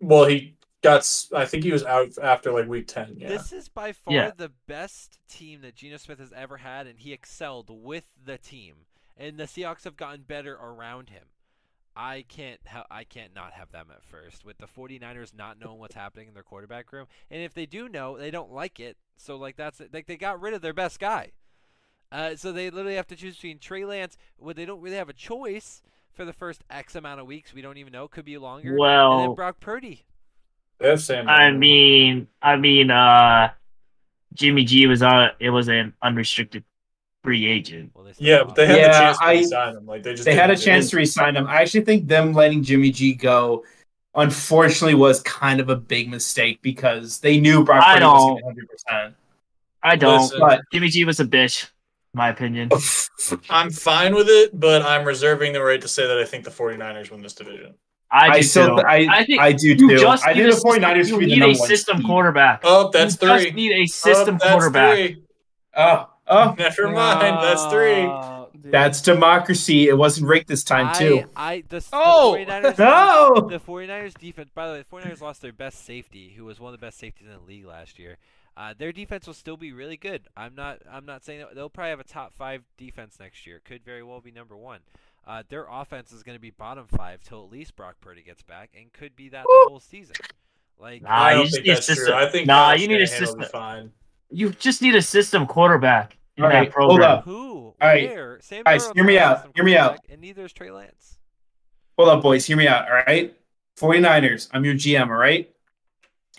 Well, he got, s- I think he was out after like week 10. Yeah.
This is by far
Yeah.
the best team that Geno Smith has ever had, and he excelled with the team. And the Seahawks have gotten better around him. I can't ha- I can't not have them at first with the 49ers not knowing what's happening in their quarterback room. And if they do know, they don't like it. So like that's it. like they got rid of their best guy. Uh, so they literally have to choose between Trey Lance, where they don't really have a choice for the first X amount of weeks. We don't even know; could be longer. and then
Well,
Brock Purdy.
They have Sam.
I
Darnold.
mean, I mean, uh, Jimmy G was on. It was an unrestricted free agent.
Well, they still
yeah,
lost.
but they had
Yeah,
a chance to
I-
resign him. Like, they just
they had a
didn't do it.
chance to resign him. I actually think them letting Jimmy G go, unfortunately, was kind of a big mistake because they knew Brock
I
Purdy was
don't-
going to 100%.
I don't.
Listen.
But Jimmy G was a bitch, in my opinion.
Oh,
I'm fine with it, but I'm reserving the right to say that I think the 49ers win this division.
I,
I
do
still,
too.
I,
I
I,
think
do
You
too.
just
I
need
think the
a system-
49ers should be
you
the
need a
number one
system
seed.
quarterback.
Oh, that's
you
three.
Just need a system
Oh, that's
quarterback.
three.
Oh, oh,
Never mind. That's three.
three.
that's democracy. It wasn't rigged this time too.
I, I the,
Oh!
the 49ers
No!
the 49ers defense. By the way, the 49ers lost their best safety, who was one of the best safeties in the league last year. Uh, their defense will still be really good. I'm not. I'm not saying that they'll probably have a top five defense next year. Could very well be number one. Uh, their offense is going to be bottom five till at least Brock Purdy gets back, and could be that the whole season. Like
Nah,
I
you
don't
just
think
need a
that's true.
system.
I think
Nah,
Kyle
you need a
Shanahan will be
system.
Fine.
You just need a system quarterback in
All
that
right, hold
program.
up.
who?
right.
Where? Sam
Guys,
Darnold's
hear me
not
out.
awesome
Hear me out.
quarterback, And neither is Trey Lance.
Hold up, boys. Hear me out. All right. 49ers, I'm your GM. All right.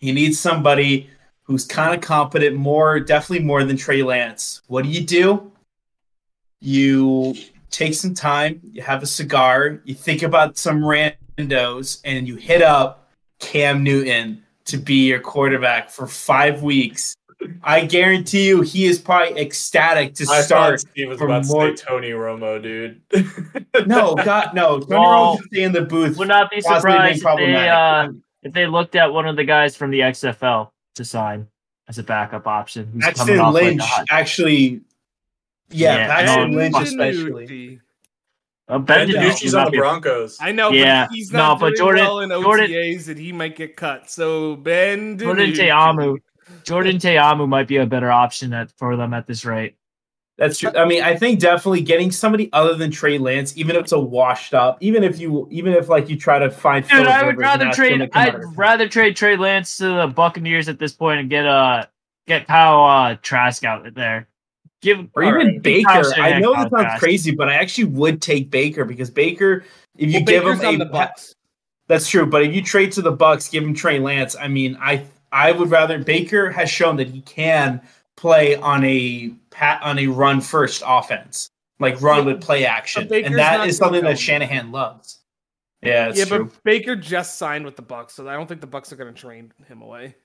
You need somebody who's kind of competent, more, definitely more than Trey Lance. What do you do? You take some time, you have a cigar, you think about some randos, and you hit up Cam Newton to be your quarterback for five weeks. I guarantee you he is probably ecstatic to
I
start.
thought Steve was
for
about to
more-
say Tony Romo, dude.
No, God, no. Tony Romo
Well,
can stay in the booth.
Would not be
Possibly being
surprised if they,
problematic.
uh, if they looked at one of the guys from the XFL to sign as a backup option. who's coming
Paxton
off like a
Lynch
hot-
actually. Yeah,
Yeah,
Paxton
no,
Lynch
fuck.
especially.
Uh,
Ben
ben DiNucci
DiNucci's
might
on the
be-
Broncos.
I know,
Yeah.
but he's
No,
not
but
doing
Jordan-
well in OTAs,
Jordan-
and he might get cut. So Ben,
Jordan
DiNucci-
Teamu. Jordan Teamu might be a better option at, for them at this rate.
That's true. I mean, I think definitely getting somebody other than Trey Lance, even if it's a washed up, even if you, even if like you try to find.
Dude,
Phillip
I would
Rivers,
rather
not
trade.
gonna come out
I'd
of it.
rather trade Trey Lance to the Buccaneers at this point and get uh get Kyle uh, Trask out there. Give
Or
all
even
right, give Kyle
Baker. I
Shanahan
know
Kyle
that sounds
Trask.
crazy, but I actually would take Baker because Baker. If you
Well,
give
Baker's on
him
the
a, pa-
Bucks.
that's true. But if you trade to the Bucks, give him Trey Lance. I mean, I I would rather Baker has shown that he can play on a pat on a run first offense, like run with play action,
But Baker's
and that
not
is something
gonna
that
go.
Shanahan loves. Yeah, that's
Yeah,
true.
but Baker just signed with the Bucks, so I don't think the Bucks are going to trade him away.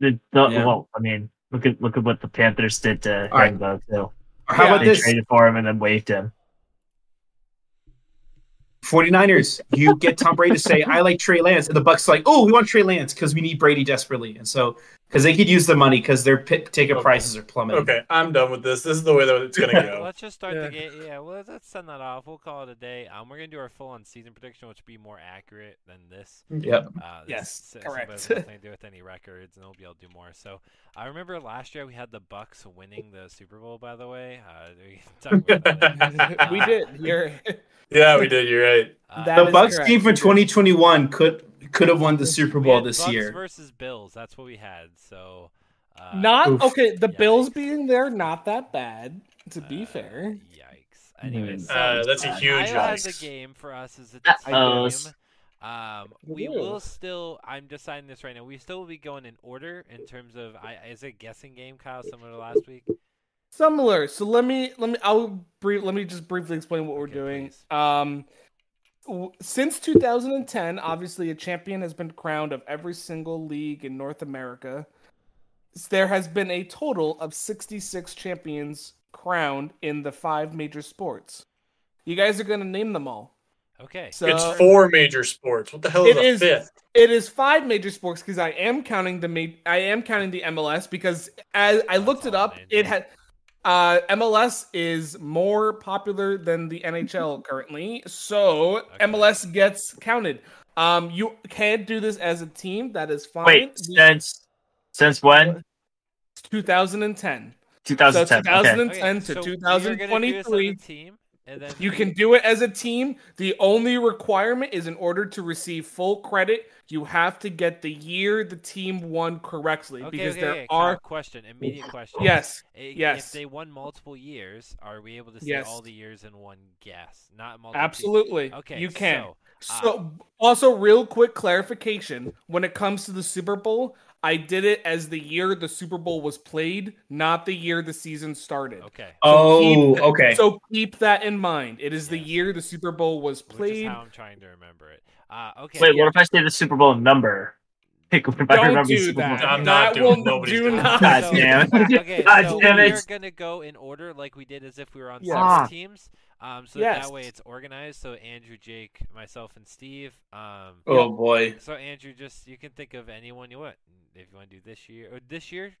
The, the,
Yeah.
Well, I mean, look at look at what the Panthers did to
All right.
him though. Too.
Or How
yeah,
about
They
this?
traded for him and then waived him.
49ers, you get Tom Brady to say, I like Trey Lance. And the Bucks are like, oh, we want Trey Lance because we need Brady desperately. And so, because they could use the money because their pit ticket
Okay.
prices are plummeting.
Okay, I'm done with this. This is the way that it's gonna go.
Let's just start
Yeah.
the game. Yeah, well, let's- let's send that off. We'll call it a day. Um, we're gonna do our full-on season prediction, which will be more accurate than this.
Yep.
Uh, this
Yes,
s- some
correct.
of it has nothing to do with any records, and we'll be able to do more. So I remember last year we had the Bucks winning the Super Bowl. By the way, uh, we can talk about that later.
we did. You're,
yeah, we did. You're right.
Uh,
That
The
is
Bucks
correct.
team for 2021 could could have won the Super
we
Bowl
had
this
Bucks
year.
versus Bills. That's what we had. So uh,
not
Oof.
okay. The
Yikes.
Bills being there, not that bad. To be
uh,
fair,
Yikes. Anyways,
Uh, that's a huge
Iowa has
yikes.
a game for us as a
Uh-oh.
team. Um, we
Ooh.
will still. I'm deciding this right now. We still will be going in order in terms of. I is it a guessing game, Kyle, similar to last week?
similar. So let me let me I'll brief let me just briefly explain what we're
Okay,
doing.
please.
Um, w- since 2010, obviously a champion has been crowned of every single league in North America. S- There has been a total of 66 champions crowned in the five major sports. You guys are going to name them all.
Okay.
Uh,
So
it's four major sports. What the hell is
It
a
is-
fifth?
It is five major sports because I am counting the ma- I am counting the MLS because as I
That's
looked it
all
up,
major.
it had uh, MLS is more popular than the NHL currently, so MLS gets counted. Um, you can't do this as a team. That is fine.
Wait,
The-
since since when?
2010. So
2010. okay.
2010
Okay, so
to
we are gonna do this as a
2023.
team, and then
You
we-
can do it as a team. The only requirement is in order to receive full credit, you have to get the year the team won correctly
Okay,
because
okay,
there
okay, Kyle,
are
question, immediate question.
yes,
I- If
yes.
they won multiple years, are we able to say
Yes.
all the years in one guess? Not multiple. teams.
absolutely.
Okay.
you can.
so, uh,
So, also real quick clarification when it comes to the Super Bowl, I did it as the year the Super Bowl was played, not the year the season started.
okay.
Oh, okay.
So keep that in mind. It is the
Yes.
year the Super Bowl was
Which is
played.
how I'm trying to remember it. Uh, okay.
Wait, what if I say the Super Bowl number? Pick if I
Don't
remember the
do
Super Bowl.
that.
I'm
that
not doing-
will
nobody's
do
doing
not.
God
So-
damn.
okay,
God
so
damn
we're
it. Ah.
gonna go in order like we did as if we were on
Yes.
separate teams. Um, so that
Yes.
way it's organized. So Andrew, Jake, myself, and Steve. Um,
oh boy.
so Andrew, just you can think of anyone you want if you want to do this year or this year,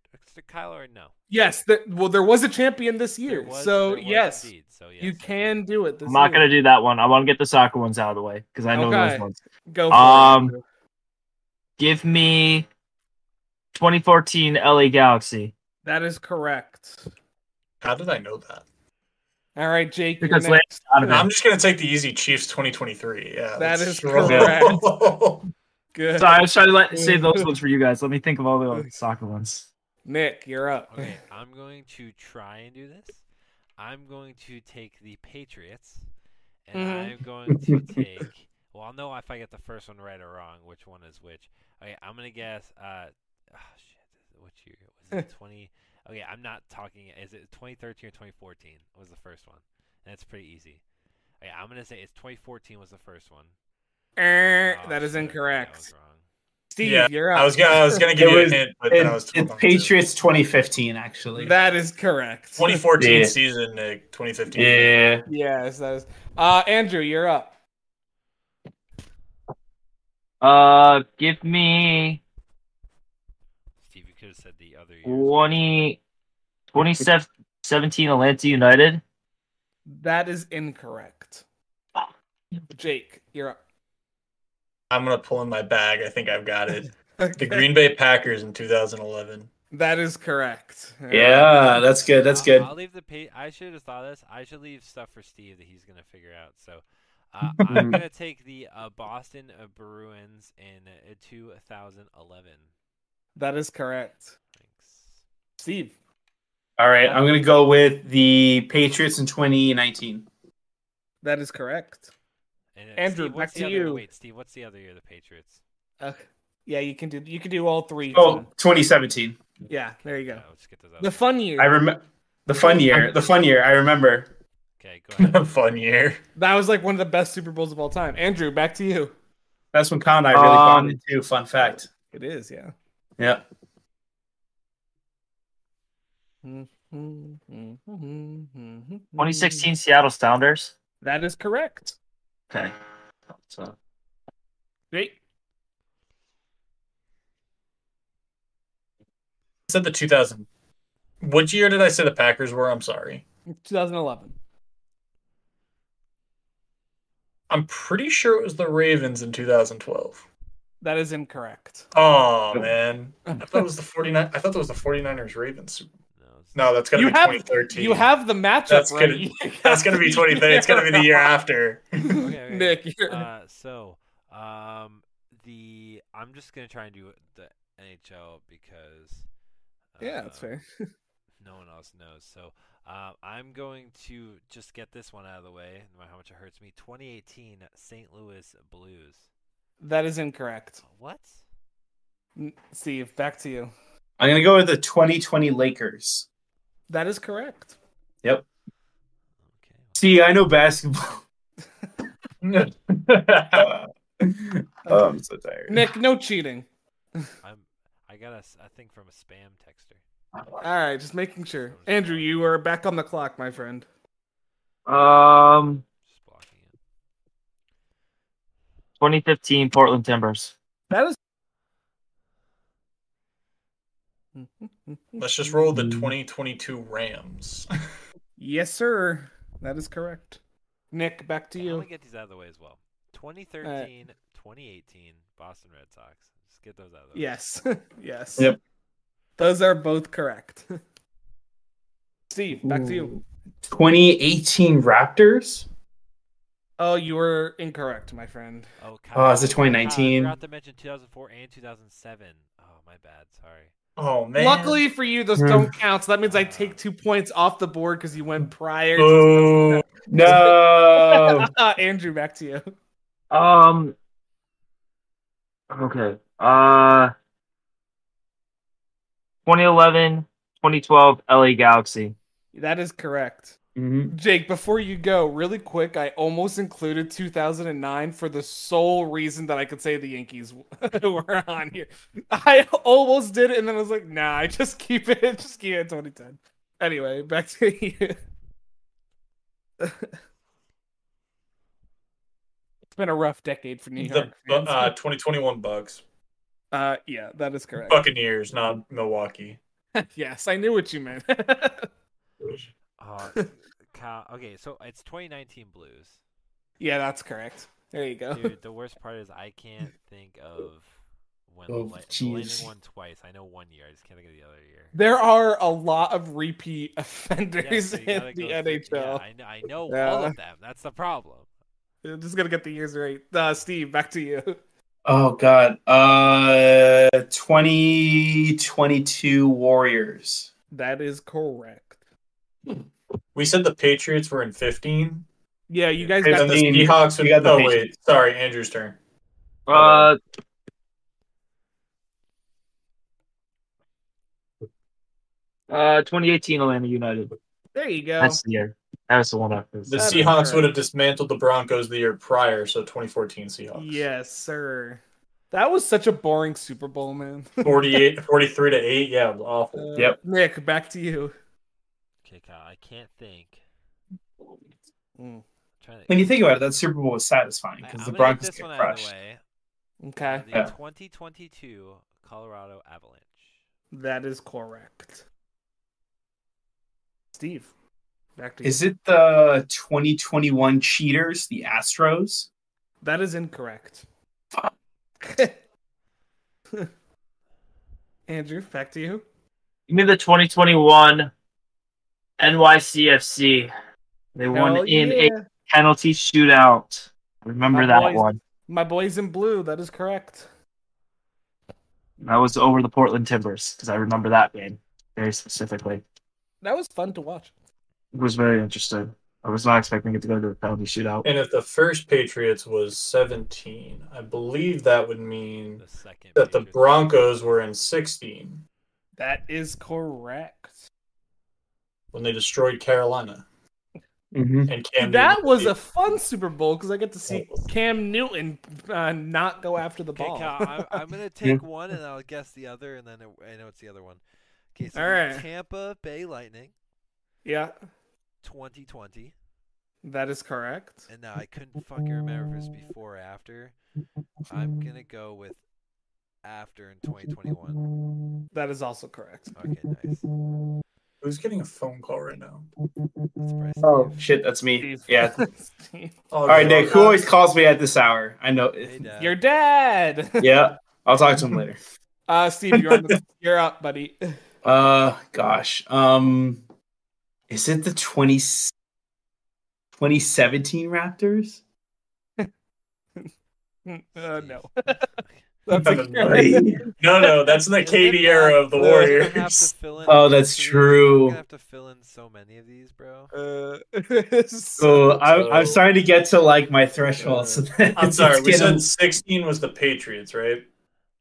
Kyle or no.
Yes, th- well, there was a champion this
There
year,
was-
so
there was
yes,
indeed, so yes,
you
okay.
can do it. This
I'm not
year.
gonna do that one. I want to get the soccer ones out of the way because I know
Okay.
those ones.
go. For
Um,
it.
Give me 2014 LA Galaxy
that is correct.
How did I know that?
All right, Jake, you're
Because
next.
out of it.
I'm just gonna take the easy Chiefs 2023. Yeah,
That
that's
is
strong.
correct. Good.
Sorry, I was trying to let, save those ones for you guys. Let me think of all the other soccer ones.
Nick, you're up.
Okay, I'm going to try and do this. I'm going to take the Patriots, and
Mhm.
I'm going to take. Well, I'll know if I get the first one right or wrong, which one is which. Okay, I'm gonna guess. Uh, oh shit, what year was it? Twenty. Okay, I'm not talking. Is it 2013 or 2014? Was the first one, and it's pretty easy. Okay, I'm gonna say it's 2014 was the first one.
Er,
Oh,
that is
shit, that
incorrect.
was wrong.
Steve,
Yeah,
you're up.
I was gonna, I was gonna give
It
you
was-
a hint, but then I was
It's,
told
it's
not to.
Patriots 2015, actually.
That is correct.
2014
Yeah.
season, Nick. 2015.
yeah.
yes, that is. Uh, Andrew, you're up.
Uh, give me
Steve, you could have said the other year.
20, 2017 Atlanta United.
That is incorrect.
Fuck.
Jake, you're up.
I'm gonna pull in my bag. I think I've got it.
Okay.
The Green Bay Packers in 2011.
That is correct. All right.
Yeah, that's good. That's
I'll-
good.
I'll leave the pa- I should have thought of this. I should leave stuff for Steve that he's gonna figure out. So uh, I'm gonna take the uh, Boston uh, Bruins in uh, 2011.
That is correct.
Thanks.
Steve.
All right, I'm gonna go with the Patriots in 2019.
That is correct.
And, uh,
Andrew,
Steve, what's
back
the
to
other-
you.
Wait, Steve, what's the other year? The Patriots.
Okay. Yeah, you can do you can do all three.
Oh, 2017.
Yeah, there you go.
Yeah, let's get those out.
The fun year.
I remember the fun year. The fun year. I remember.
okay, go ahead.
Fun year.
that was like one of the best Super Bowls of all time. Andrew, back to you.
That's when Kyle and I really bonded
Um,
too. Fun fact.
It is, yeah.
Yeah.
Twenty Mm-hmm.
2016 Seattle Sounders.
That is correct.
Okay. So
Great.
said the 2000. What year did I say the Packers were? I'm sorry.
2011.
I'm pretty sure it was the Ravens in 2012.
That is incorrect.
Oh man, I thought it was the 49. I thought that was the 49ers Ravens. Super Bowl.
No, it's
No, that's gonna
You
be
have-
2013.
You have the matchup
That's good.
ready.
that's gonna be 2013. It's gonna be the year after.
Okay, okay.
Nick, you're-
uh, so um, the I'm just gonna try and do the NHL because
yeah, that's
uh,
fair.
no one else knows. So uh, I'm going to just get this one out of the way, no matter how much it hurts me. 2018 St. Louis Blues.
That is incorrect.
What?
N- Steve, back to you.
I'm gonna go with the 2020 Lakers.
That is correct.
Okay.
See, I know basketball. oh, I'm so tired.
Nick, no cheating.
I'm. I got a. s- I think from a spam texter.
All right, just making sure. Andrew, you are back on the clock, my friend.
um
Just blocking it.
2015 Portland Timbers.
That is.
Let's just roll the 2022 Rams.
Yes, sir. That is correct. Nick, back to
Okay, I'm
you.
gonna get these out of the way as well. 2013, 2018 Boston Red Sox. Just get those out of the way.
Yes. yes.
Yep.
Those are both correct. Steve, back to you.
2018 Raptors.
Oh, you were incorrect, my friend.
Oh,
Oh, is it
Kyle, Kyle, I
2019?
forgot to mention 2004 and 2007. Oh, my bad. Sorry.
Oh man.
Luckily for you, those
Hmm.
don't count. So that means I take two points off the board because you went prior. to-
Boo.
No.
Andrew, back to you.
Um. Okay. Uh. 2011, 2012 LA Galaxy.
That is correct.
Mhm.
Jake, before you go, really quick, I almost included 2009 for the sole reason that I could say the Yankees were on here. I almost did it, and then I was like, nah, I just keep it, just keep it 2010. Anyway, back to you. it's been a rough decade for New
The
York.
Bu-
fans.
uh, 2021 Bucks.
Uh, yeah, that is correct.
Buccaneers, not Milwaukee.
yes, I knew what you meant.
Oh, Kyle. Okay, so it's 2019 Blues.
yeah, that's correct. There you go.
Dude, the worst part is I can't think of when
Oh,
the, light, the
jeez.
Lightning won twice. I know one year. I just can't think of the other year.
There are a lot of repeat
Yeah,
offenders
so you gotta
in the
go through-
NHL.
Yeah, I know, I know all
Yeah.
of them. That's the problem.
I'm just gonna get the years right. Uh, Steve, back to you.
Oh God. Uh, 2022 Warriors.
That is correct.
We said the Patriots were in 15.
Yeah, you guys
And
got
then the
15.
the
Seahawks.
We got
Would,
the
oh wait,
Patriots.
sorry, Andrew's turn.
Uh. Uh, 2018 Atlanta United.
There you go.
That's the year. That was the one after.
The
That is
Seahawks would
correct.
have dismantled the Broncos the year prior, so 2014 Seahawks.
Yes, sir. That was such a boring Super Bowl, man.
48, 43 to 8. Yeah, it was awful.
Uh,
Yep.
Nick, back to you.
Okay, Kyle. I can't think.
Mm,
I'm trying to.
When you think about it, that Super Bowl was satisfying
I-
because
I'm
the
gonna get
Broncos
this
get
one out of the
crushed.
way. Uh,
Mm, Okay,
the
Yeah.
2022 Colorado Avalanche.
that is correct. Steve, back to you.
Is it the 2021 Cheaters, the Astros?
That is incorrect.
Fuck.
Andrew, back to you.
Give me the 2021 NYCFC. They won
Hell
in
yeah.
a penalty shootout. Remember
My
that
boys.
one.
My boys in blue. That is correct.
That was over the Portland Timbers because I remember that game very specifically.
That was fun to watch.
It was very interesting. I was not expecting it to go to the penalty shootout.
And if the first Patriots was 17, I believe that would mean
The second.
that the
Patriots-
Broncos were in 16
That is correct.
when they destroyed Carolina
Mm-hmm.
and Cam.
that
Newton
was a
beat-
fun Super Bowl because I get to see Cam Newton uh, not go after the
Okay,
ball.
Kyle, I'm, I'm gonna take one and I'll guess the other, and then it, I know it's the other one. Okay, so
All
the
right.
Tampa Bay Lightning,
yeah.
2020.
That is correct.
And now I couldn't fucking remember if it was before or after. I'm gonna go with after in 2021.
That is also correct.
Okay, nice.
Who's getting a phone call right now?
That's Bryce
Oh
Dave.
shit, that's me. Yeah.
Oh,
All right, Nick. Who
God.
always calls me at this hour? I know.
Hey, Dad.
You're dead.
Yeah, I'll talk to him later.
Uh, Steve, you're on the, you're up, buddy.
Uh, gosh. Um, is it the 20, 2017 Raptors?
Uh, no.
That's
That's
a- No, no, that's in the KD era of the
We're gonna have to
Warriors.
fill in
Oh,
these
that's
three.
true.
We're gonna have to fill in so many of these, bro.
Uh,
So
So-
I, I'm starting to get to like my threshold.
Uh,
So then
I'm
it's
sorry, we
getting-
said 16 was the Patriots, right?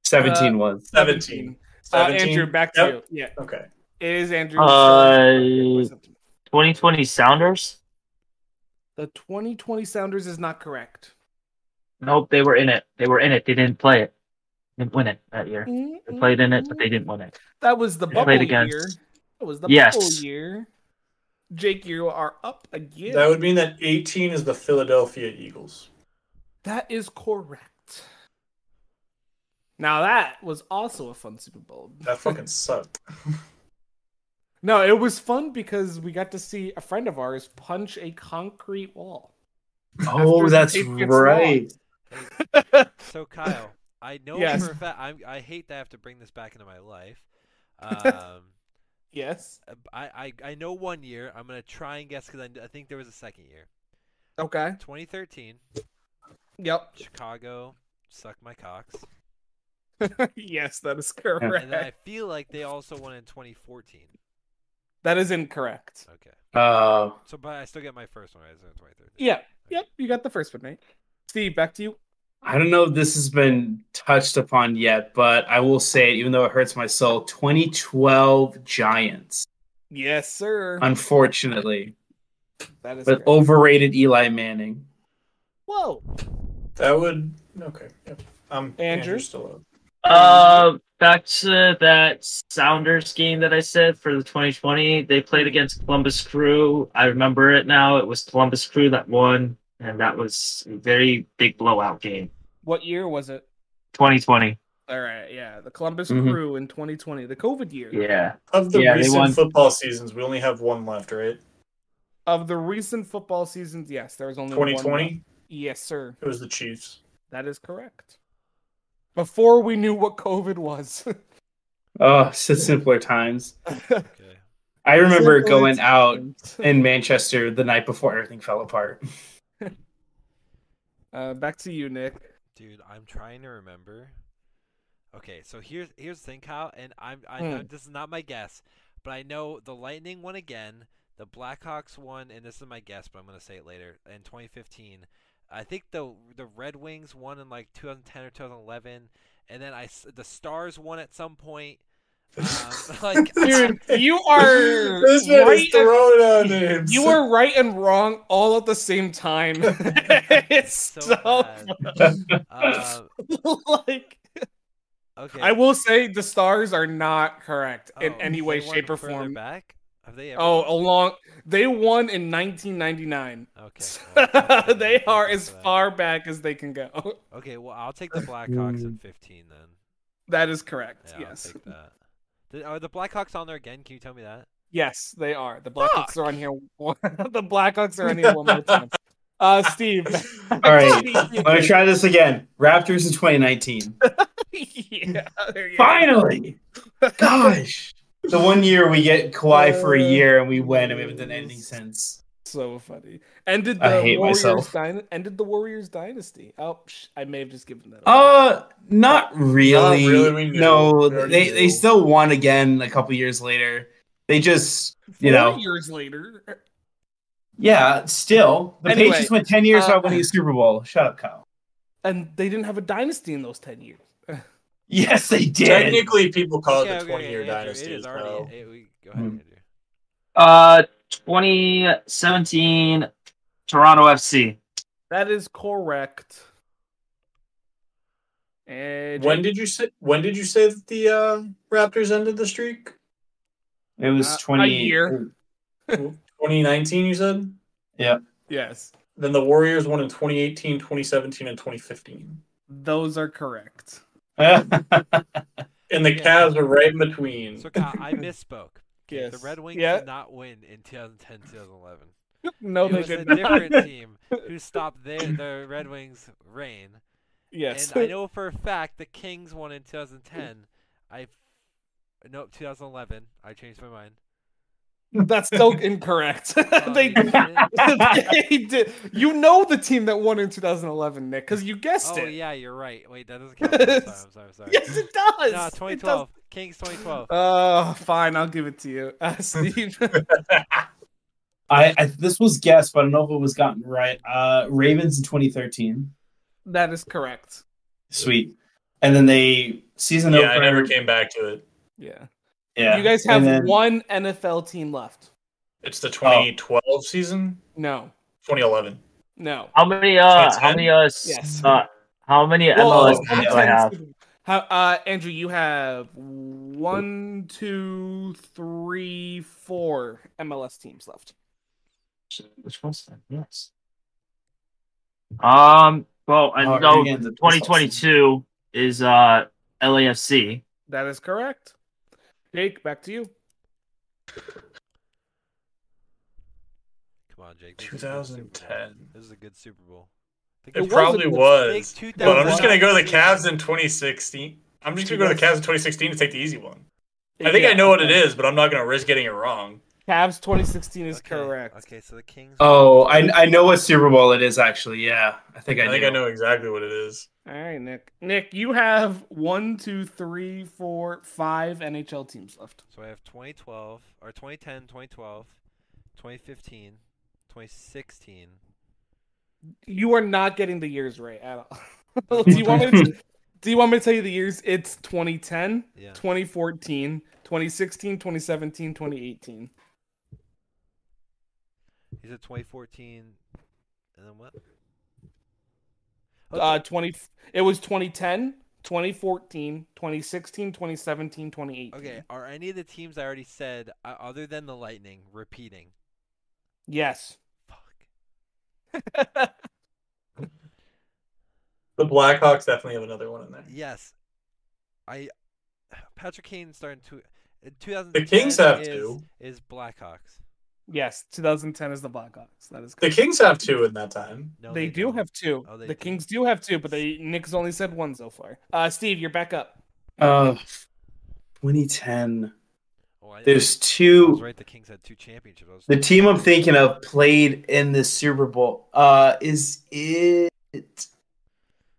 17 was.
17.
Uh, Andrew, back to
Yep.
you. Yeah,
Okay.
it is Andrew.
Uh, 2020 Sounders.
the 2020 Sounders is not correct.
Nope, they were in it. They were in it. They didn't play it. Didn't win it that year. They played in it, but they didn't win it.
That was the
They
bubble
played
year.
against-
That was the
Yes.
bubble year. Jake, you are up again.
That would mean that 18 is the Philadelphia Eagles.
that is correct. Now that was also a fun Super Bowl.
That fucking sucked.
No, it was fun because we got to see a friend of ours punch a concrete wall. After
Oh,
the
that's
Patriots
right.
So Kyle, I know
Yes.
for a fact. I'm, I hate to have to bring this back into my life. Um,
Yes.
I, I I know one year. I'm gonna try and guess because I, I think there was a second year.
Okay.
2013,
Yep.
Chicago, suck my cocks.
yes, that is correct.
And then I feel like they also won in 2014.
That is incorrect.
Okay.
Uh,
So, but I still get my first one right. So 2013.
Yeah. Yep. You got the first one right. Steve, back to you.
I don't know if this has been touched upon yet, but I will say it, even though it hurts my soul. 2012 Giants,
Yes, sir.
unfortunately,
that is
with
correct.
overrated Eli Manning.
Whoa.
That would. Okay. yeah. I'm
Andrew?
Andrew's still up.
Uh, back to that Sounders game that I said for the 2020. They played against Columbus Crew. I remember it now. It was Columbus Crew that won, and that was a very big blowout game.
What year was it?
2020.
All right. Yeah. The Columbus
Mhm.
Crew in 2020, the COVID year.
Yeah.
Of the
Yeah, they won.
recent football seasons, we only have one left, right?
Of the recent football seasons, yes, there was only one left.
2020.
Yes, sir.
It was the Chiefs.
That is correct. Before we knew what COVID was.
Oh, so simpler times.
Okay.
I remember
Simpler
going out
times.
in Manchester the night before everything fell apart.
Uh, back to you, Nick.
Dude, I'm trying to remember. Okay, so here's here's the thing, Kyle, and I'm I, I,
Hmm.
this is not my guess, but I know the Lightning won again, the Blackhawks won, and this is my guess, but I'm gonna say it later in 2015. I think the the Red Wings won in like 2010 or 2011, and then I s- the Stars won at some point. Um, like
Uh, Dude, you are
This man
right
is throwing out
and,
names.
you are right and wrong all at the same time. it's so,
So bad.
funny.
uh,
like
okay,
I will say the stars are not correct in
Oh,
any way,
they won
shape, or
further
form.
Back? Have they ever?
Oh, along they won in 1999.
okay. well, I'll take
they
that.
are
Thank you
as
for that.
far back as they can go.
Okay, well, I'll take the Blackhawks in 15 then.
That is correct.
Yeah,
yes,
I'll take that. Th- Are the Blackhawks on there again? Can you tell me that?
yes, they are. The Blackhawks are on here. one- the Blackhawks are on here one more time. Uh, Steve.
All right, let me try this again. Raptors in 2019.
yeah, there you go.
Finally, gosh, the one year we get Kawhi for a year and we win, and we haven't done anything since.
So funny. Ended the
I hate
Warriors
myself.
dyna- ended the Warriors dynasty. Oh, psh, I may have just given that. up.
Uh, not really.
Not really, we knew.
No,
We already
they they
knew.
still won again a couple years later. They just, you know,
Four years later.
yeah, still the
Anyway,
Patriots went 10 years
uh,
without winning a Super Bowl. Shut up, Kyle.
And they didn't have a dynasty in those 10 years.
Yes, they did.
Technically, people call
Okay,
it the
okay,
20 year
okay, Andrew,
dynasty
It is
as
already.
well.
eh, we- go ahead,
Mm.
Andrew.
Uh, 2017 Toronto FC.
That is correct. And
When did you say? When did you say that the uh, Raptors ended the streak?
It
Uh,
was
a
20
year.
2019, you said.
Yeah.
Yes,
Then the Warriors won in 2018, 2017, and 2015.
those are correct.
And the
Yeah.
Cavs are right in between.
So Kyle, I misspoke. Okay, The
Yes.
Red Wings
Yeah.
did not win in 2010, 2011.
No,
it
they
was a
did not.
different team who stopped their the Red Wings' reign.
Yes,
And I know for a fact the Kings won in 2010. I no 2011. I changed my mind.
that's still incorrect.
Oh,
they,
you didn't?
they did. You know the team that won in 2011, Nick, because you guessed
oh
it.
yeah, you're right. Wait, that doesn't count. I'm sorry. I'm sorry. I'm sorry.
Yes, it does.
No,
It does.
2012. Kings 2012.
Oh, fine. I'll give it to you, uh, Steve.
I, I this was guessed, but I don't know if it was gotten right. Uh, Ravens in 2013.
that is correct.
Sweet. And then they season
yeah,
over.
I never came back to it.
Yeah.
Yeah.
You guys have
And then-
one NFL team left.
It's the 2012 season,
No,
2011.
no.
How many? Uh,
2010?
how many? Uh, s-
Yes.
uh, how many
Well,
MLS
it's
do
only
I
10
have?
seasons. How, uh, Andrew, you have one, two, three, four MLS teams left.
Which one's that? Yes. Um. Well, I
Oh,
know
again, the-
2022 is uh LAFC.
That is correct. Jake, back to you.
Come on, Jake. this is a good Super Bowl.
2010.
This is a good Super Bowl. The
It,
Kings-
was a
probably
good-
was.
Big
But I'm just
2000
gonna go the
season.
Cavs in 2016. I'm just gonna go to the Cavs in 2016 to take the easy one. I think I
Yeah.
know what it is, but I'm not gonna risk getting it wrong.
Cavs 2016 is
Okay,
correct. Uh,
Okay, so the Kings.
Oh, I I know what Super Bowl it is actually. Yeah, I think I,
I think
do.
I know exactly what it is.
All right, Nick. Nick, you have one, two, three, four, five NHL teams left.
So I have 2012 or 2010, 2012, 2015, 2016.
You are not getting the years right at all. do you want me to, do you want me to tell you the years? It's 2010,
Yeah.
2014, 2016, 2017, 2018.
He said 2014, and then what?
Uh 20 it was 2010, 2014, 2016, 2017, 2018.
Okay, are any of the teams I already said, uh, other than the Lightning, repeating?
Yes.
Fuck.
The Blackhawks definitely have another one in there.
Yes. I. Patrick Kane starting to. uh, in 2010
The Kings have
is,
two.
Is Blackhawks.
Yes, 2010 is the Blackhawks. That is
The
correct.
Kings have two in that time.
No,
they, do
don't.
have two.
Oh, they
the
do.
Kings do have two, but they Nick's only said one so far. Uh Steve, you're back up.
Uh, 2010.
Oh, I,
There's
I was
two.
right. The Kings had two championships. I was-
The team I'm thinking of played in this Super Bowl. Uh, is it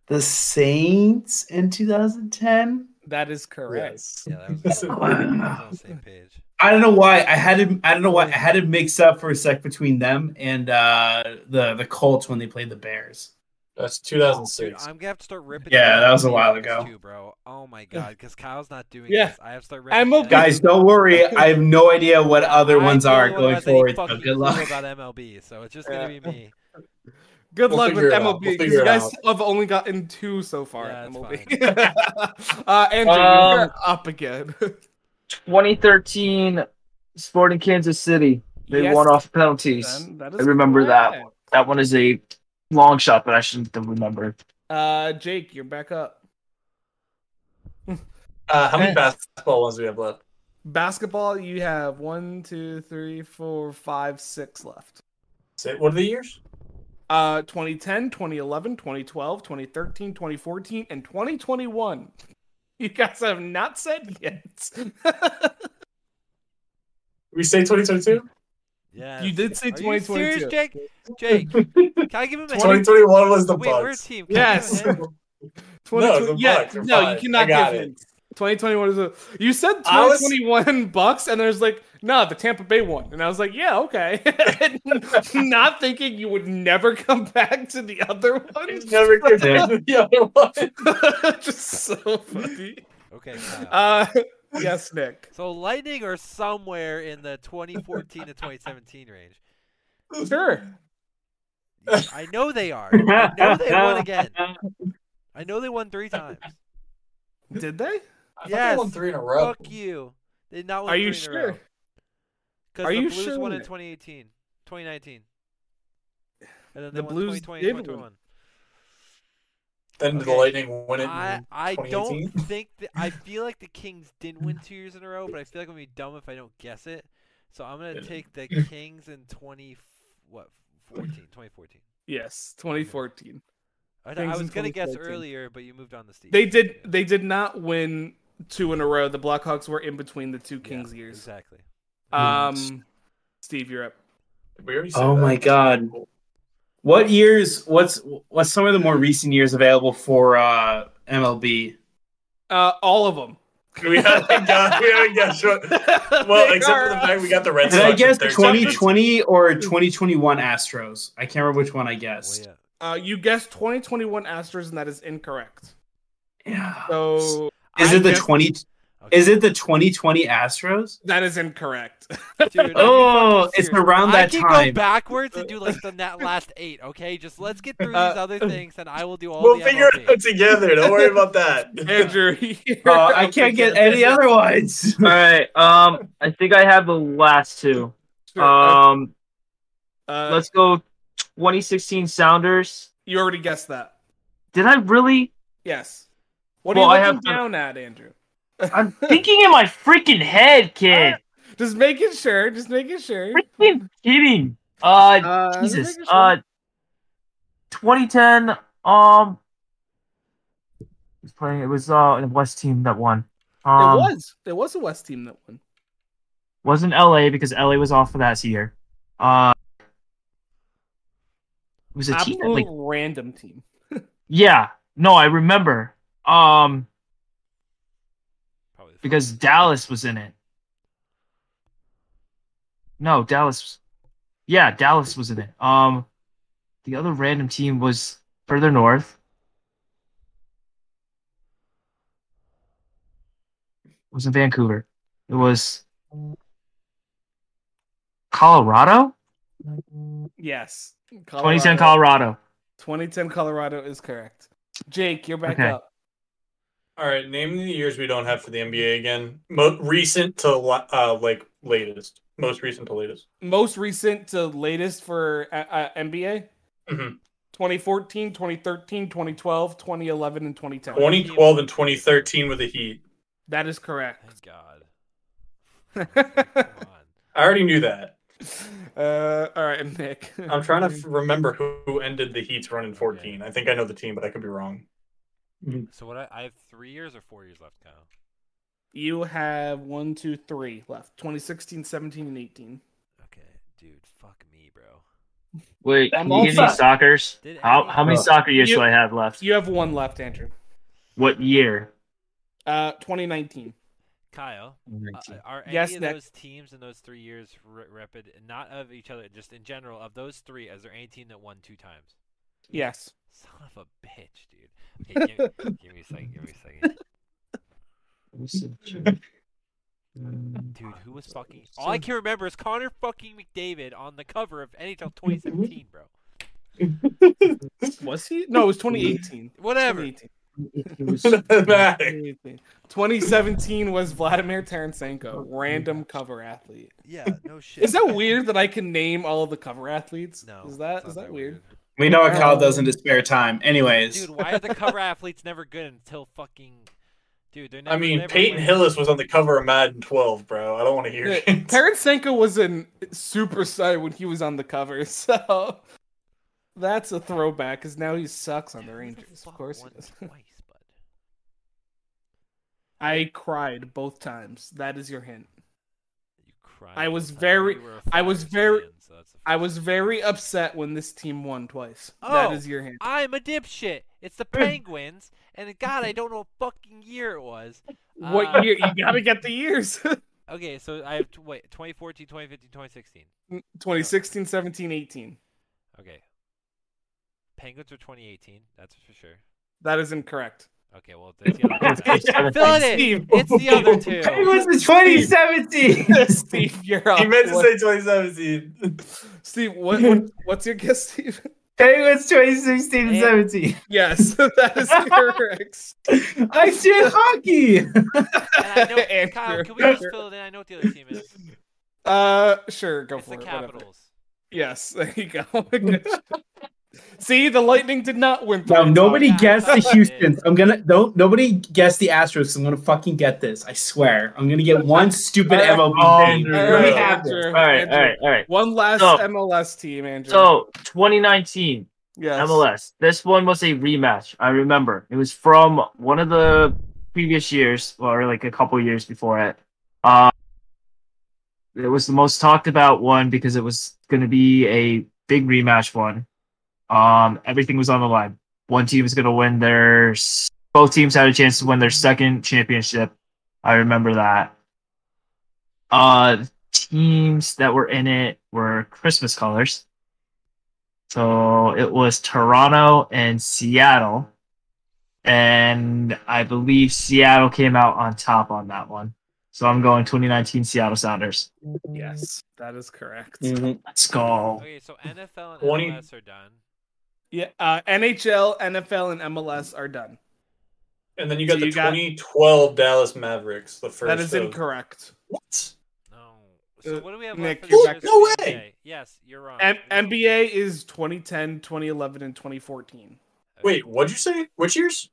the Saints in 2010?
That is correct.
Yes.
Yeah, that was, I was on the same page.
I don't know why I had to. I don't know why I had to mix up for a sec between them and uh, the the Colts when they played the Bears.
That's
Oh, Dude,
2006.
I'm gonna have to start ripping.
Yeah,
these
that was a
teams
while ago.
too, bro. Oh my god, because Kyle's not doing
Yeah.
this. I have to start ripping.
I'm
these
a-
Guys, don't worry. I have no idea what other
I
ones
don't
are
know
going
about any
forward. So
fucking
good
clue
luck.
about MLB, so it's just gonna be me.
Good
We'll
luck
figure
with
it out.
MLB.
We'll
'cause
figure
you
it
guys
out.
have only gotten two so far.
Yeah,
at
it's
MLB. uh, Andrew,
Um,
you're up again.
2013, Sporting Kansas City. They
Yes,
won off penalties.
Ben, that
I remember that
correct.
That one is a long shot, but I shouldn't have remembered.
Uh, Jake, you're back up.
Uh, how many basketball ones do we have left?
Basketball, you have one, two, three, four, five, six left.
Say- What are the years?
Uh, 2010, 2011, 2012, 2013, 2014, and 2021. You guys have not said yet.
We say 2022.
Yeah.
you did say
Are you serious,
2022.
Jake? Jake, can I give him a hint?
2021 was the
Wait, we're a
Bucks.
team. Can I give him a
Yes.
hint?
2020
the
yeah,
Bucks are
no,
fine.
you cannot
I got
give
it.
hints. 2021 is a. You said
I was-
2021 Bucks, and there's like, no, the Tampa Bay one, and I was like, yeah, okay. Not thinking you would never come back to the other one.
He's never gonna
Yeah.
do the other one.
Just so funny.
Okay. Kyle.
Uh, yes, Nick.
so Lightning are somewhere in the 2014 to 2017 range.
Sure.
I know they are. I know they won again. I know they won three times.
Did they?
I thought
Yes.
they won three in a row.
Fuck you. They did not win
Are
three
you
in a row.
sure?
Because
Are
the
you
Blues
sure?
won in 2018, 2019. And then
The
they won
Blues
2020
did win.
2021.
Then did the
Okay.
Lightning win it?
I,
in-
I don't
2018?
think that I feel like the Kings did win two years in a row, but I feel like I'm gonna be dumb if I don't guess it. So I'm gonna take the Kings in 20 what 14 2014.
Yes, 2014.
I, I
Kings
was
in
gonna guess
2014.
earlier, but you moved on to Steve.
They did. They did not win two in a row. The Blackhawks were in between the two
Yeah,
Kings years.
Exactly.
Um, Steve, you're up.
We already said
Oh
that.
my god. What years? What's what's some of the more recent years available for uh, MLB?
Uh, all of them.
We haven't got. We haven't guessed what. Well, except for the fact we got the Red
Did
Sox.
I
in
guess
13.
2020 or 2021 Astros? I can't remember which one I
Well,
guessed.
yeah.
Uh, you guessed 2021 Astros, and that is incorrect.
yeah.
So
Is
I
it the
guess-
20?
Okay.
Is it the 2020 Astros?
that is incorrect.
Dude, are you
Oh,
fucking
it's
serious?
around
I
that
can
time.
go backwards and do like the na- last eight. Okay, just let's get through these
Uh,
other things, and I will do all
We'll
the
figure it
MLB.
out together. Don't worry about that.
Andrew,
Uh,
you're
I
up
can't get
again.
any other ones.
All right. Um, I think I have the last two.
Sure, uh,
Um,
uh,
let's go. 2016 Sounders.
you already guessed that.
Did I really?
Yes. What
Well, I
are you looking
have to-
down at, Andrew?
I'm thinking in my freaking head, kid.
Just making sure. Just making sure.
Freaking kidding. Uh,
Uh, just
Jesus.
making sure.
Uh, 2010. Um, was playing. It was uh the West team that won. Um,
it was. It was a West team that won.
wasn't LA because LA was off for that year. Uh, it was a team that,
Absolute
like
random team.
yeah. No, I remember. Um,
Probably the
because
first.
Dallas was in it. No, Dallas. was- Yeah, Dallas was in it. Um, the other random team was further north. It was in Vancouver. It was Colorado.
Yes.
2010 Colorado.
2010 Colorado is correct. Jake, you're back
Okay.
up.
All right, name the years we don't have for the NBA again. Mo- recent to la- uh, like latest, most recent to latest.
Most recent to latest for uh, uh, NBA
Mhm.
2014, 2013, 2012, 2011, and 2010.
2012 and 2013 with the Heat.
That is correct.
Thank God. Come
uh,
on.
I already knew that.
all right, Nick.
I'm trying to f- remember who who ended the Heat's run in 14. I think I know the team, but I could be wrong.
So what? I, I have three years or four years left, Kyle.
You have one, two, three left 2016, 17, and 18.
Okay, dude, fuck me, bro.
Wait,
I'm
can you give me
all set.
sockers?
Did
How,
any-
how many
Uh,
soccer years
you-
do I have left?
You have one left, Andrew.
What year?
Uh, 2019.
Kyle, uh, are
Yes,
any of
Nick.
those teams in those three years re- repid, not of each other, just in general, of those three, is there any team that won two times?
Yes.
Son of a bitch, dude. Okay, give, give me a second. Give me a second. Dude, who was fucking? All I can remember is Connor fucking McDavid on the cover of NHL 2017, bro.
Was he? No, it was 2018.
Whatever.
2018.
Matic.
2018. 2017 was Vladimir Tarasenko, random cover athlete.
Yeah, no shit.
Is that weird that I can name all of the cover athletes?
No.
Is
it's
that
not
is that weird?
We know what Kyle does in his spare time. Anyways,
Dude, why are the cover athletes never good until fucking? Dude, they're never.
I mean,
never
Peyton
win.
Hillis was on the cover of Madden 12, bro. I don't want to hear
Yeah,
it.
Tarasenko was an superstar when he was on the cover, so that's a throwback. Because now he sucks on
Dude,
the
who
Rangers. Of
fuck
course, he
won
does.
Twice, bud.
I cried both times. That is your hint.
You cried.
I
both
was
times.
very-
You were a
I was
Flyers
very-
fan, so that's the
I
first
was
thing.
very upset when this team won twice.
Oh.
That is your hint.
I'm a dipshit. It's the Penguins, and God, I don't know what fucking year it was.
What
Uh,
year? You gotta get the years.
Okay, so I have t- wait 2014, 2015, 2016.
2016, 17, 18.
Okay. Penguins are 2018. That's for sure.
That is incorrect.
Okay, well, that's the other one.
Seven
Fill it in.
Steve.
It's the other two.
it was the 2017.
Steve, you're up.
He meant to
What-
say 2017.
Steve, what, what what's your guess, Steve?
Penguins 2016 and
Yeah.
17.
Yes, that is correct.
I did hockey.
And I know,
Andrew.
Kyle, can we just fill it in? I know what the other team is.
Uh, sure, go
it's the
for it. whatever.
Capitals.
Yes, there you go. Good. See, the Lightning did not win.
Now
three.
nobody
Yeah.
guessed the Houston's. I'm gonna don't nobody guessed the Astros. I'm gonna fucking get this. I swear. I'm gonna get one stupid
Alright.
MLB thing.
Oh,
Let me have
Andrew.
this.
All right, all right, all right.
One last
So-
MLS team, Andrew.
So 2019
yes.
MLS. This one was a rematch. I remember it was from one of the previous years, or like a couple years before it. Uh, it was the most talked about one because it was going to be a big rematch one. Um, everything was on the line. One team was going to win their. s- Both teams had a chance to win their second championship. I remember that. Uh, teams that were in it were Christmas colors. So it was Toronto and Seattle. And I believe Seattle came out on top on that one. So I'm going 2019 Seattle Sounders.
Yes, that is correct.
Mhm.
Let's go.
Okay, so NFL and
20
MLS are done.
Yeah, uh, NHL, NFL, and MLS are done.
And then you
So
got the
you got-
2012 Dallas Mavericks, the first.
that is
of-
incorrect.
What?
No. So
Uh,
what do we have
Nick,
left for the
you're
Thursday
back
to- No
NBA?
way!
Yes, you're wrong.
M-
Wait,
NBA is 2010, 2011, and 2014.
okay.
Wait, what'd you say? Which years?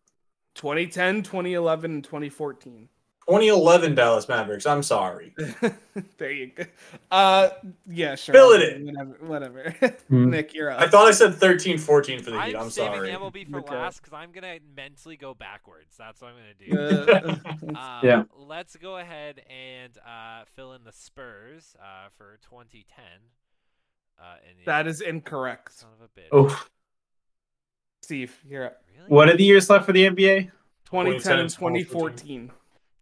2010, 2011, and 2014.
2011 Dallas Mavericks. I'm sorry.
there you go. Uh, yeah, sure.
Fill it in.
Whatever. whatever.
Hmm.
Nick, you're up.
I thought I said 13 14 for the
I'm,
Heat. I'm
saving
sorry.
MLB for
Okay.
last because I'm gonna mentally go backwards. That's what I'm gonna do.
Uh,
Um,
Yeah.
Let's go ahead and uh, fill in the Spurs uh, for 2010. Uh, in the
that is incorrect.
son of a bitch.
Oh,
Steve, you're up.
really?
what are the years left for the NBA?
2010 and
2014.
2014.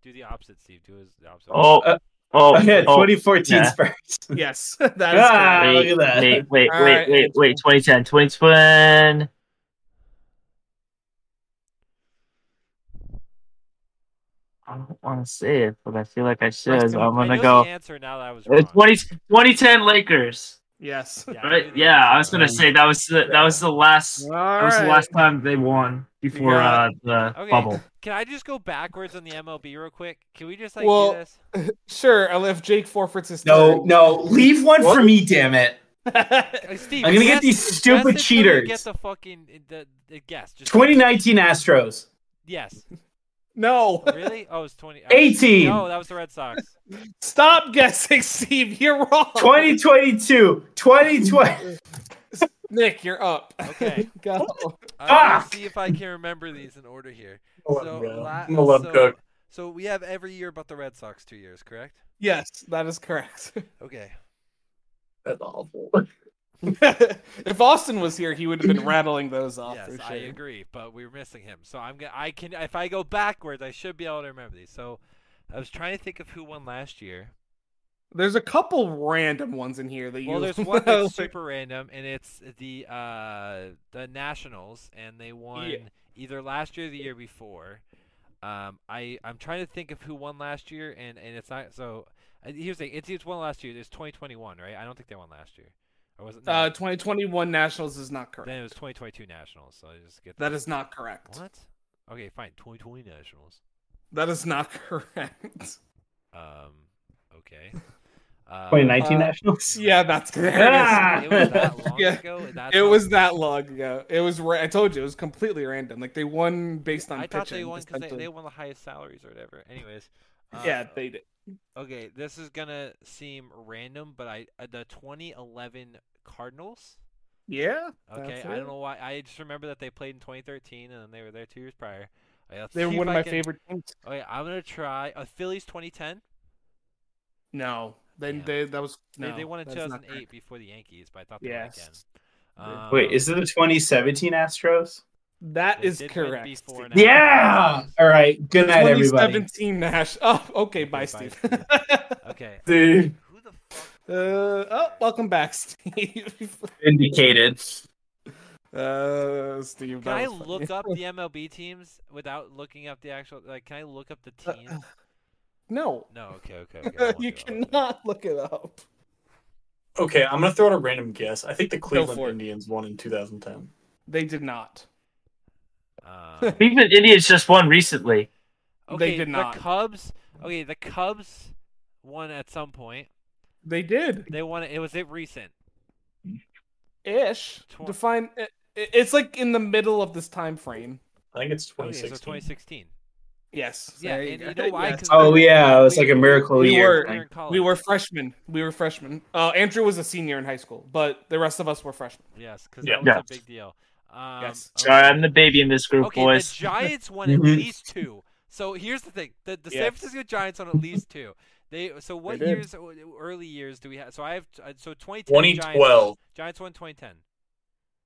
Do the opposite, Steve. Do his the opposite.
Oh,
Uh,
oh,
Okay,
oh.
2014
yeah.
Spurs.
yes, that is
Ah,
correct.
look at that.
Wait, wait,
All
wait,
right,
wait,
it's
wait. 2010, 2010. I don't want to say it, but I feel like I should. I'm
I
going to
know
go. Uh,
The answer now that I was wrong.
It's 20, 2010 Lakers.
Yes.
Yeah, I knew
Right?
the
Yeah, I was
answer.
going to say that was the, that was the last
All
That was
right.
the last time they won before
Yeah.
uh, the
Okay.
bubble.
Can I just go backwards on the MLB real quick? Can we just like
Well-
do this?
Sure, I'll have Jake Forfeit's his
No, no, leave one for me, damn it.
Hey, Steve,
I'm gonna get
guess-
these
guess
stupid
until you
cheaters.
Get the fucking the, the guess. Just
2019 Astros.
Yes.
no.
Really? Oh, it's 20. oh,
18.
No, that was the Red Sox.
Stop guessing, Steve. You're wrong.
2022. 2020.
Nick, you're up.
Okay.
Go.
I'm
Fuck.
see if I can remember these in order here. so,
I'll let him go.
la-
I'm a love
so,
cook.
So we have every year but the Red Sox two years, correct?
Yes, that is correct.
Okay.
That's awful.
if Austin was here, he would have been rattling those off
yes,
Oh, for sure.
I agree, but we're missing him. So I'm gonna. I can. If I go backwards, I should be able to remember these. So I was trying to think of who won last year.
There's a couple random ones in here that you.
Well, there's one that's super random, and it's the uh, the Nationals, and they won either last year or the year before. Um, I I'm trying to think of who won last year, and, and it's not so. uh, Here's the thing: it's it's won last year. It's 2021, right? I don't think they won last year, or was it? No,
Uh, 2021 Nationals is not correct.
then it was 2022 Nationals. So I just get
That is not correct.
what? Okay, fine. 2020 Nationals.
That is not correct.
Um, okay. Uh,
2019
Uh,
Nationals.
yeah, that's correct.
Ah!
Um, It was that long
Yeah.
ago. That's
It
how
was
long-
that long ago. It was. Ra- I told you it was completely random. Like they won based on
I
pitching.
thought they won because they,
essentially.
they won the highest salaries or whatever. Anyways.
yeah,
uh,
they did.
Okay, this is gonna seem random, but I uh, the 2011 Cardinals.
Yeah.
Okay,
That's
I
it.
don't know why. I just remember that they played in 2013, and then they were there two years prior. Okay, let's
They were
see if
one of
I
my
can-
favorite teams.
Okay, I'm gonna try uh, Phillies 2010.
No, they,
Yeah.
they that was
They-
no,
they won in
that is not
2008 before the Yankees, but I thought they
Yes.
won
uh,
again. Um,
Wait, is it the 2017 Astros?
That
They
is
did win
correct.
before
Steve.
and
Yeah. All right. Good night, everybody.
2017 Nash. Oh, okay, bye,
bye,
Steve.
Steve.
uh,
okay?
Dude,
Who the fuck?
oh, welcome back, Steve.
Indicated.
Uh,
Can
Steve. that
I
was funny.
look up the MLB teams without looking up the actual? Like, can I look up the
Uh,
teams?
No,
No. Okay. Okay. okay, I won't
you
do it, I won't do it.
cannot look it up.
Okay, I'm going to throw out a random guess. I think the Cleveland
for it.
Indians won in 2010.
They did not.
Um,
Cleveland Indians just won recently.
Okay,
did not.
The Cubs. Okay, the Cubs won at some point.
They did.
They won. It was it recent.
Ish.
Tw-
Define i- It- It's like in the middle of this time frame.
I think it's
Oh, yeah, so
2016.
2016.
Yes.
Yeah,
there you
and
go.
you know why?
Yes.
'Cause
Oh,
we-
yeah, it was
we-
like a miracle
we
year
were-
thing.
we were in college.
We were freshmen. We were freshmen. Uh, Andrew was a senior in high school, but the rest of us were freshmen.
Yes, because
Yeah.
that was
Yeah.
a big deal. Um,
Yes.
okay.
Sorry, I'm the baby in this group,
Okay,
boys.
the Giants won at
Mhm.
least two. So here's the thing: the, the San
Yes.
Francisco Giants won at least two. They so what
did.
years? Early years do we have? So I have uh, so 2010, Giants won-
2012,
Giants won 2010,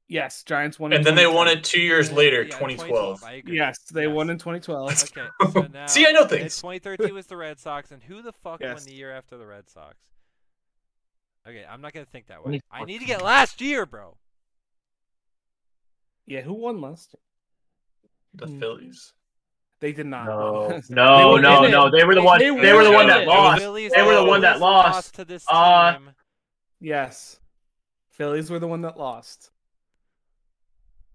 Yes, Giants won. in
and then they won
2012.
it two years later,
Yeah,
2012.
I agree.
Yes, they
Yes.
won in 2012.
Okay, so now
See, I know
then
things.
2013 was the Red Sox, and who the fuck won
Yes.
the year after the Red Sox? Okay, I'm not gonna think that way. I need to get last year, bro.
Yeah, who won last? year?
The
mm,
Phillies.
They did not.
No,
They
no,
were
no,
in it.
no. They were the one. They
They were
were the
in
one
it.
that lost.
Phillies
They were the one that
Phillies
lost.
to this
Uh,
team.
Yes. Phillies were the one that lost.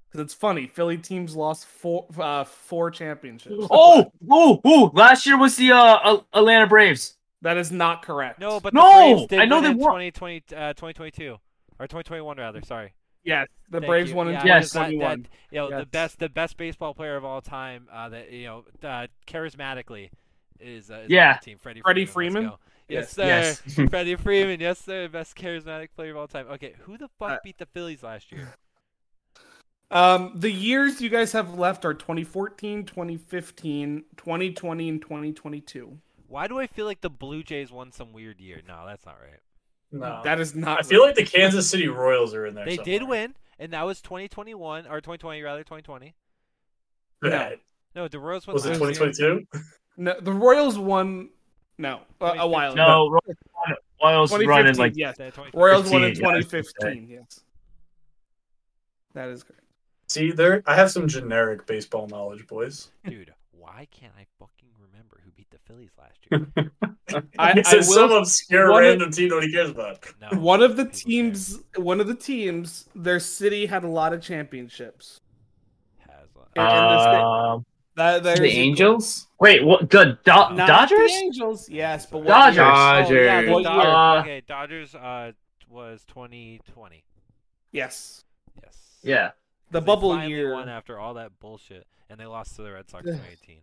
Because it's funny, Philly teams lost four uh, four championships.
Oh, oh, oh! Last year was the uh, Al- Atlanta Braves.
that is not correct.
No, but
No!
the Braves did
I know
win
they
in
won.
2020, uh, 2022 or 2021 rather. Sorry,
yes, the
Thank
Braves
you.
won in
yeah,
Yes.
that- that-
2021.
you know, the
Yes.
best, the best baseball player of all time. Uh, that you know, uh, charismatically is, uh, is on
Yeah.
the team Freddie.
Freddie
Freeman. let's
Freeman?
go. Yes, sir.
Yes.
Freddie Freeman. Yes, sir. Best charismatic player of all time. Okay, who the fuck
Uh,
beat the Phillies last year?
Um, the years you guys have left are 2014, 2015, 2020, and 2022.
Why do I feel like the Blue Jays won some weird year? No, that's not right.
No.
That is mm, not.
I feel
right.
like the Kansas City Royals are in there.
They
somewhere.
did win, and that was 2021 or 2020 rather 2020.
That.
No, the Royals won.
Was it
last year.
2022?
no, the Royals won. No, a, a while ago.
No, Royals- Royals running
2015.
like
yes,
That 2020.
Royals won in
15, yeah, I was
2015. Yes, that is correct.
See, there. I have some generic baseball knowledge, boys.
Dude, why can't I fucking remember who beat the Phillies last year?
I-
it's
I
just some
will-
obscure
one of-
random team nobody cares about.
No.
One of the
People
teams, one of the teams, their city had a lot of championships.
Has one.
And- and this thing-
Um,
That there's
The Angels?
wait, what? The Do-
not
Dodgers?
The Angels, yes, but what
Dodgers.
year?
Dodgers.
Oh,
The
yeah, what
Dod-
year?
Uh,
okay, Dodgers uh, was 2020.
Yes,
Yes.
Yeah.
the
They
bubble
finally
year.
Won after all that bullshit, and they lost to the Red Sox
Ugh.
2018.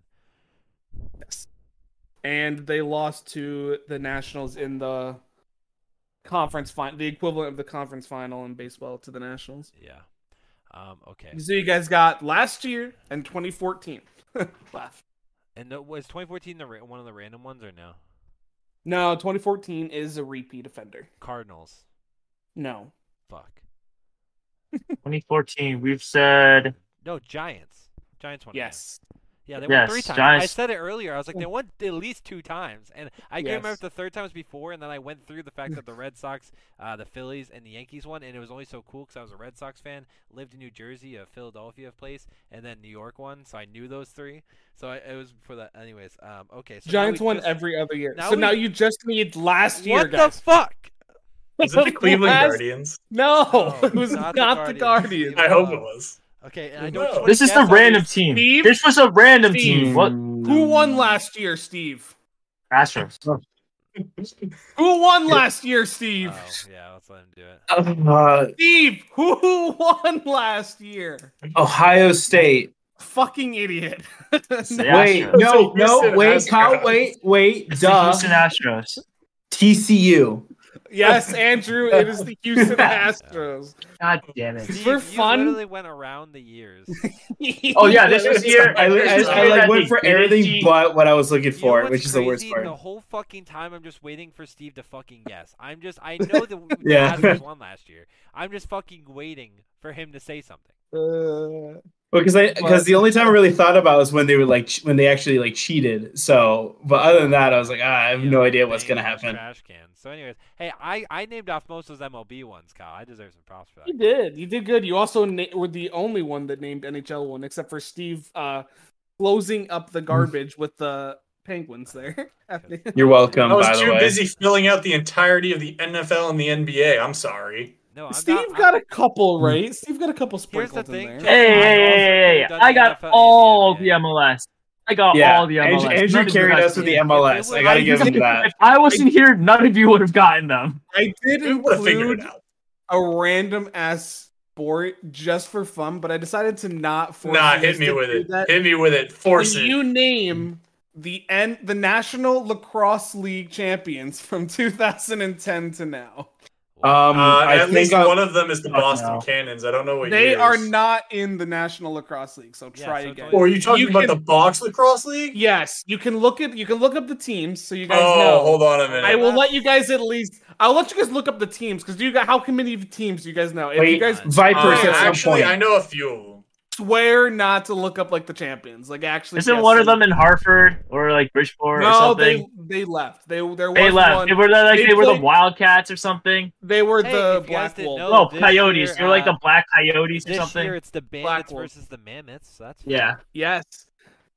and they lost to the Nationals in the conference final, the equivalent of the conference final in baseball to the Nationals.
Yeah. Um, okay.
So you guys got last year and 2014 left.
And the, was 2014 the ra- one of the random ones or no?
No, 2014 is a repeat offender.
Cardinals.
No,
Fuck.
2014. We've said
No, Giants. Giants won. again.
yes,
Yeah, they won
Yes,
three times. I
Giants-
said it earlier. I was like, they won at least two times, and I can remember
Yes.
if the third time was before. And then I went through the fact that the Red Sox, uh, the Phillies, and the Yankees won, and it was only so cool because I was a Red Sox fan, lived in New Jersey, a Philadelphia place, and then New York won, so I knew those three. So I, it was for that. Anyways, um, okay. So now
Giants
we
won
just-
every other year.
now
so
we-
now you just need last year,
What the
guys.
fuck?
Was it the Cleveland
Last-
Guardians?
No,
No,
it was
not
Oh, not,
the
the
Guardians.
Guardians.
I hope it was.
Okay, and I don't. just
No.
wanna
This is
guess
the
on
random
these-
team.
Steve?
This was a random team.
Steve.
What?
Who won last year, Steve?
Astros.
Who won last year, Steve?
Oh, yeah, let's let him do it.
Uh,
Steve, who won last year?
Ohio State.
Fucking idiot.
The
Wait,
Astros.
no, no,
It's a Houston
wait,
Astros.
Kyle, wait, wait,
It's the
duh.
Houston Astros.
TCU.
yes, Andrew, it is the Houston Astros.
God damn it.
Steve,
For
you
fun?
literally went around the years.
Oh yeah, this was the year.
I, li- I,
this was the
I
year
like
that
went
they
for
did it.
everything but what I was looking
You know
for,
what's
which is the worst
crazy?
part.
The whole fucking time, I'm just waiting for Steve to fucking guess. I'm just, I know that the
Yeah.
Dodgers won last year. I'm just fucking waiting for him to say something.
Uh,
Because I because the only time I really thought about was when they were like che- when they actually like cheated. So, but other than that, I was like, ah, I have
Yeah,
no idea what's
bang
gonna
in the
happen.
Trash can. So, anyways, hey, I I named off most of those MLB ones, Kyle. I deserve some props for that.
you did. You did good. You also na- were the only one that named NHL one, except for Steve uh, closing up
Mm.
the garbage with the Penguins there.
You're welcome. by
I was
the
too
way,
busy filling out the entirety of the NFL and the NBA. I'm sorry.
No, I'm
Steve
not,
got
I'm,
a couple, right? Steve got a couple
Here's the
sprinkles
thing.
in
Jason,
there.
I've also
Hey, hey, hey, hey, hey,
done
I got
NFL and
all the
NBA.
MLS. I got
yeah.
all the MLS.
Andrew, Andrew
None of you
carried
guys
us with the
did.
MLS. I gotta give him that.
If I wasn't here, none of you would have gotten them.
I did
We would have figured
include
it out.
a random ass sport just for fun, but I decided to not force.
Nah,
you
hit
guys
me
to
with
do
it.
that.
Hit me with it. Force
Can
it.
you name the N- the National Lacrosse League champions from 2010 to now?
Um,
Uh,
I
at
think
least
I'm-
one of them is the
Fuck
Boston
no.
Cannons. I don't know what
They
years.
are not in the National Lacrosse League, so
Yeah,
try
so it's
again.
only-
Or Oh, are you talking
You
about
can-
the box lacrosse league?
Yes, you can look at you can look up the teams so you guys
oh,
know.
hold on a minute.
I will let you guys at least. I'll let you guys look up the teams because you got how many teams do you guys know? If you
Wait,
guys
Vipers
Uh,
at some
actually,
point.
I know a few of them.
swear not to look up like the champions, like actually.
Isn't
guess
one of them in Hartford or like Bridgeport or
No, they
something?
they left. They there was
They, left.
One,
They were the, like
They
they, were the
played-
Wildcats or something.
they were
Hey, if
the
you guys
Black
didn't
Wolves.
know-
Oh,
this
Coyotes.
year,
they were like
uh,
the Black Coyotes or
This
something.
year it's the
Black
Bandits
Wolf.
versus the Mammoths. So that's
yeah.
Yes,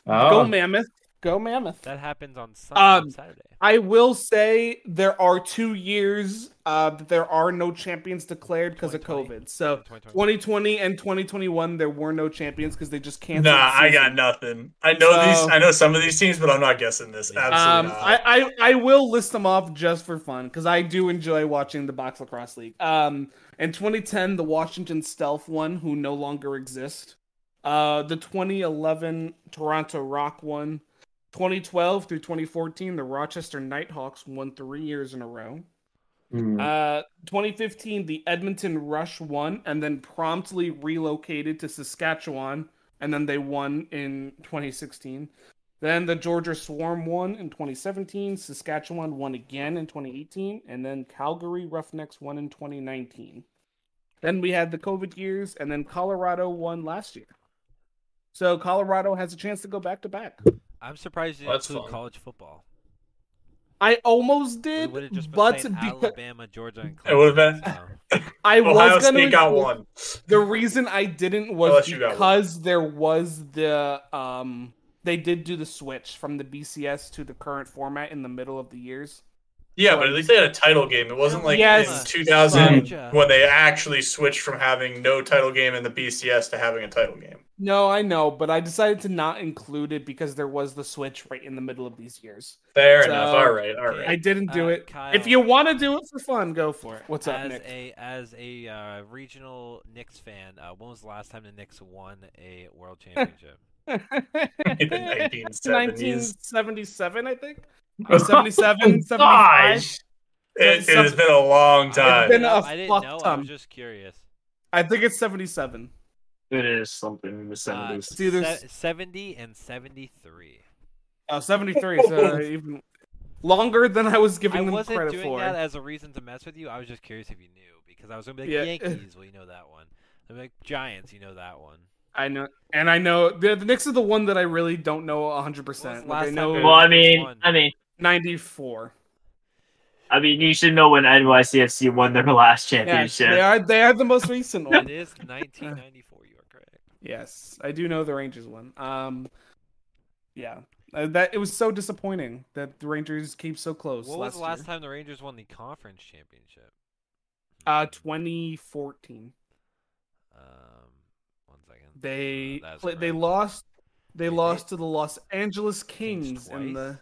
go
Oh,
Mammoth, go Mammoth.
That happens on Sunday, and
Um,
Saturday.
I will say there are two years uh, that there are no champions declared because of
2020.
COVID. So
2021.
2020 and 2021 there were no champions because they just canceled.
Nah, I
seasons.
got nothing. I know
So-
these. I know some of these teams, but I'm not guessing this.
Um,
Absolutely
Um,
not.
I, I I will list them off just for fun because I do enjoy watching the box lacrosse league. Um, in 2010, the Washington Stealth one, who no longer exist. Uh, the 2011 Toronto Rock one. 2012 through 2014, the Rochester Nighthawks won three years in a row.
Hmm.
Uh, 2015, the Edmonton Rush won, and then promptly relocated to Saskatchewan, and then they won in 2016. Then the Georgia Swarm won in 2017, Saskatchewan won again in 2018, and then Calgary Roughnecks won in 2019. Then we had the COVID years, and then Colorado won last year. So Colorado has a chance to go back to back.
I'm surprised you didn't
That's
include
fun.
college football.
I almost
We
did,
would have just been
but
saying
because
Alabama, Georgia, and
It would've
Clemson,
been-
so.
I
Ohio
was gonna
State got
include-
one.
The reason I didn't was
Unless you got
because there was the um they did do the switch from the BCS to the current format in the middle of the years.
Yeah, but at least they had a title game. It wasn't like
Yes.
in 2000
Georgia.
when they actually switched from having no title game in the BCS to having a title game.
No, I know, but I decided to not include it because there was the switch right in the middle of these years.
Fair
So-
enough. All right. All
Okay.
right.
I didn't do
Uh,
it.
Kyle.
If you want to do it for fun, go for it. What's up,
as
Nick?
a as a uh, regional Knicks fan, uh, when was the last time the Knicks won a world championship?
In the 1970s.
1977, I think. Or
Oh,
77, 75.
Gosh.
It, it has been a long
I didn't
time.
been
know.
a
I didn't
fuck
know. I
ton.
was just curious.
I think it's 77.
It is something in the
Uh,
seventies.
It's either
se-
s-
seventy and seventy-three.
Oh, 73, so even longer than I was
I
giving them
wasn't
credit
doing
for.
that as a reason to mess with you. I was just curious if you knew because I was gonna be like
Yeah.
Yankees. Well, you know that one. I'm like Giants. You know that one.
I know, and I know the, the Knicks are the one that I really don't know
When was
100%.
the
Like, I
last time they
know
well, I mean,
One.
I mean,
94.
I mean, you should know when NYCFC won their last
Yeah,
championship.
they are they are the most recent
It
one.
is 1994. You are correct.
Yes, I do know the Rangers one. Um, yeah, Uh, that it was so disappointing that the Rangers came so close.
What was the
year.
last time the Rangers won the conference championship?
Uh, 2014.
Um, one second. Uh,
They
Oh, that's
pla- they
correct.
lost. They
Wait, they-
lost to the Los Angeles Kings,
Kings
in the.
twice?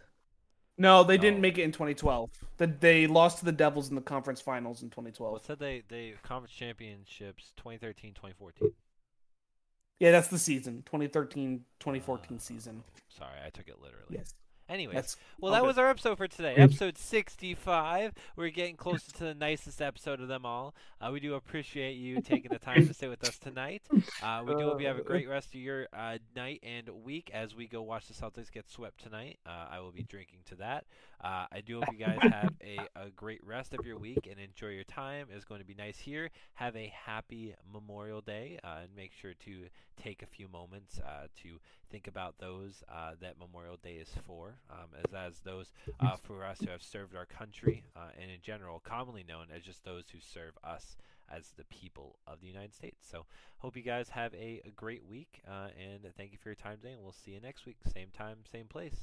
No, they didn't
Oh.
make it in 2012. That they lost to the Devils in the conference finals in 2012.
Well, it said they they conference championships 2013, 2014.
Yeah, that's the season, 2013 2014 season.
Oh, Sorry, I took it literally.
Yes.
Anyways,
That's
well,
all
that
good.
was our episode for today, episode 65. We're getting closer to the nicest episode of them all. Uh, we do appreciate you taking the time to stay with us tonight. Uh, we do hope you have a great rest of your uh, night and week as we go watch the Celtics get swept tonight. Uh, I will be drinking to that. Uh, I do hope you guys have a, a great rest of your week and enjoy your time. It's going to be nice here. Have a happy Memorial Day uh, and make sure to take a few moments uh, to think about those uh, that Memorial Day is for, um, as, as those uh, for us who have served our country uh, and in general commonly known as just those who serve us as the people of the United States. So hope you guys have a, a great week uh, and thank you for your time today and we'll see you next week. Same time, same place.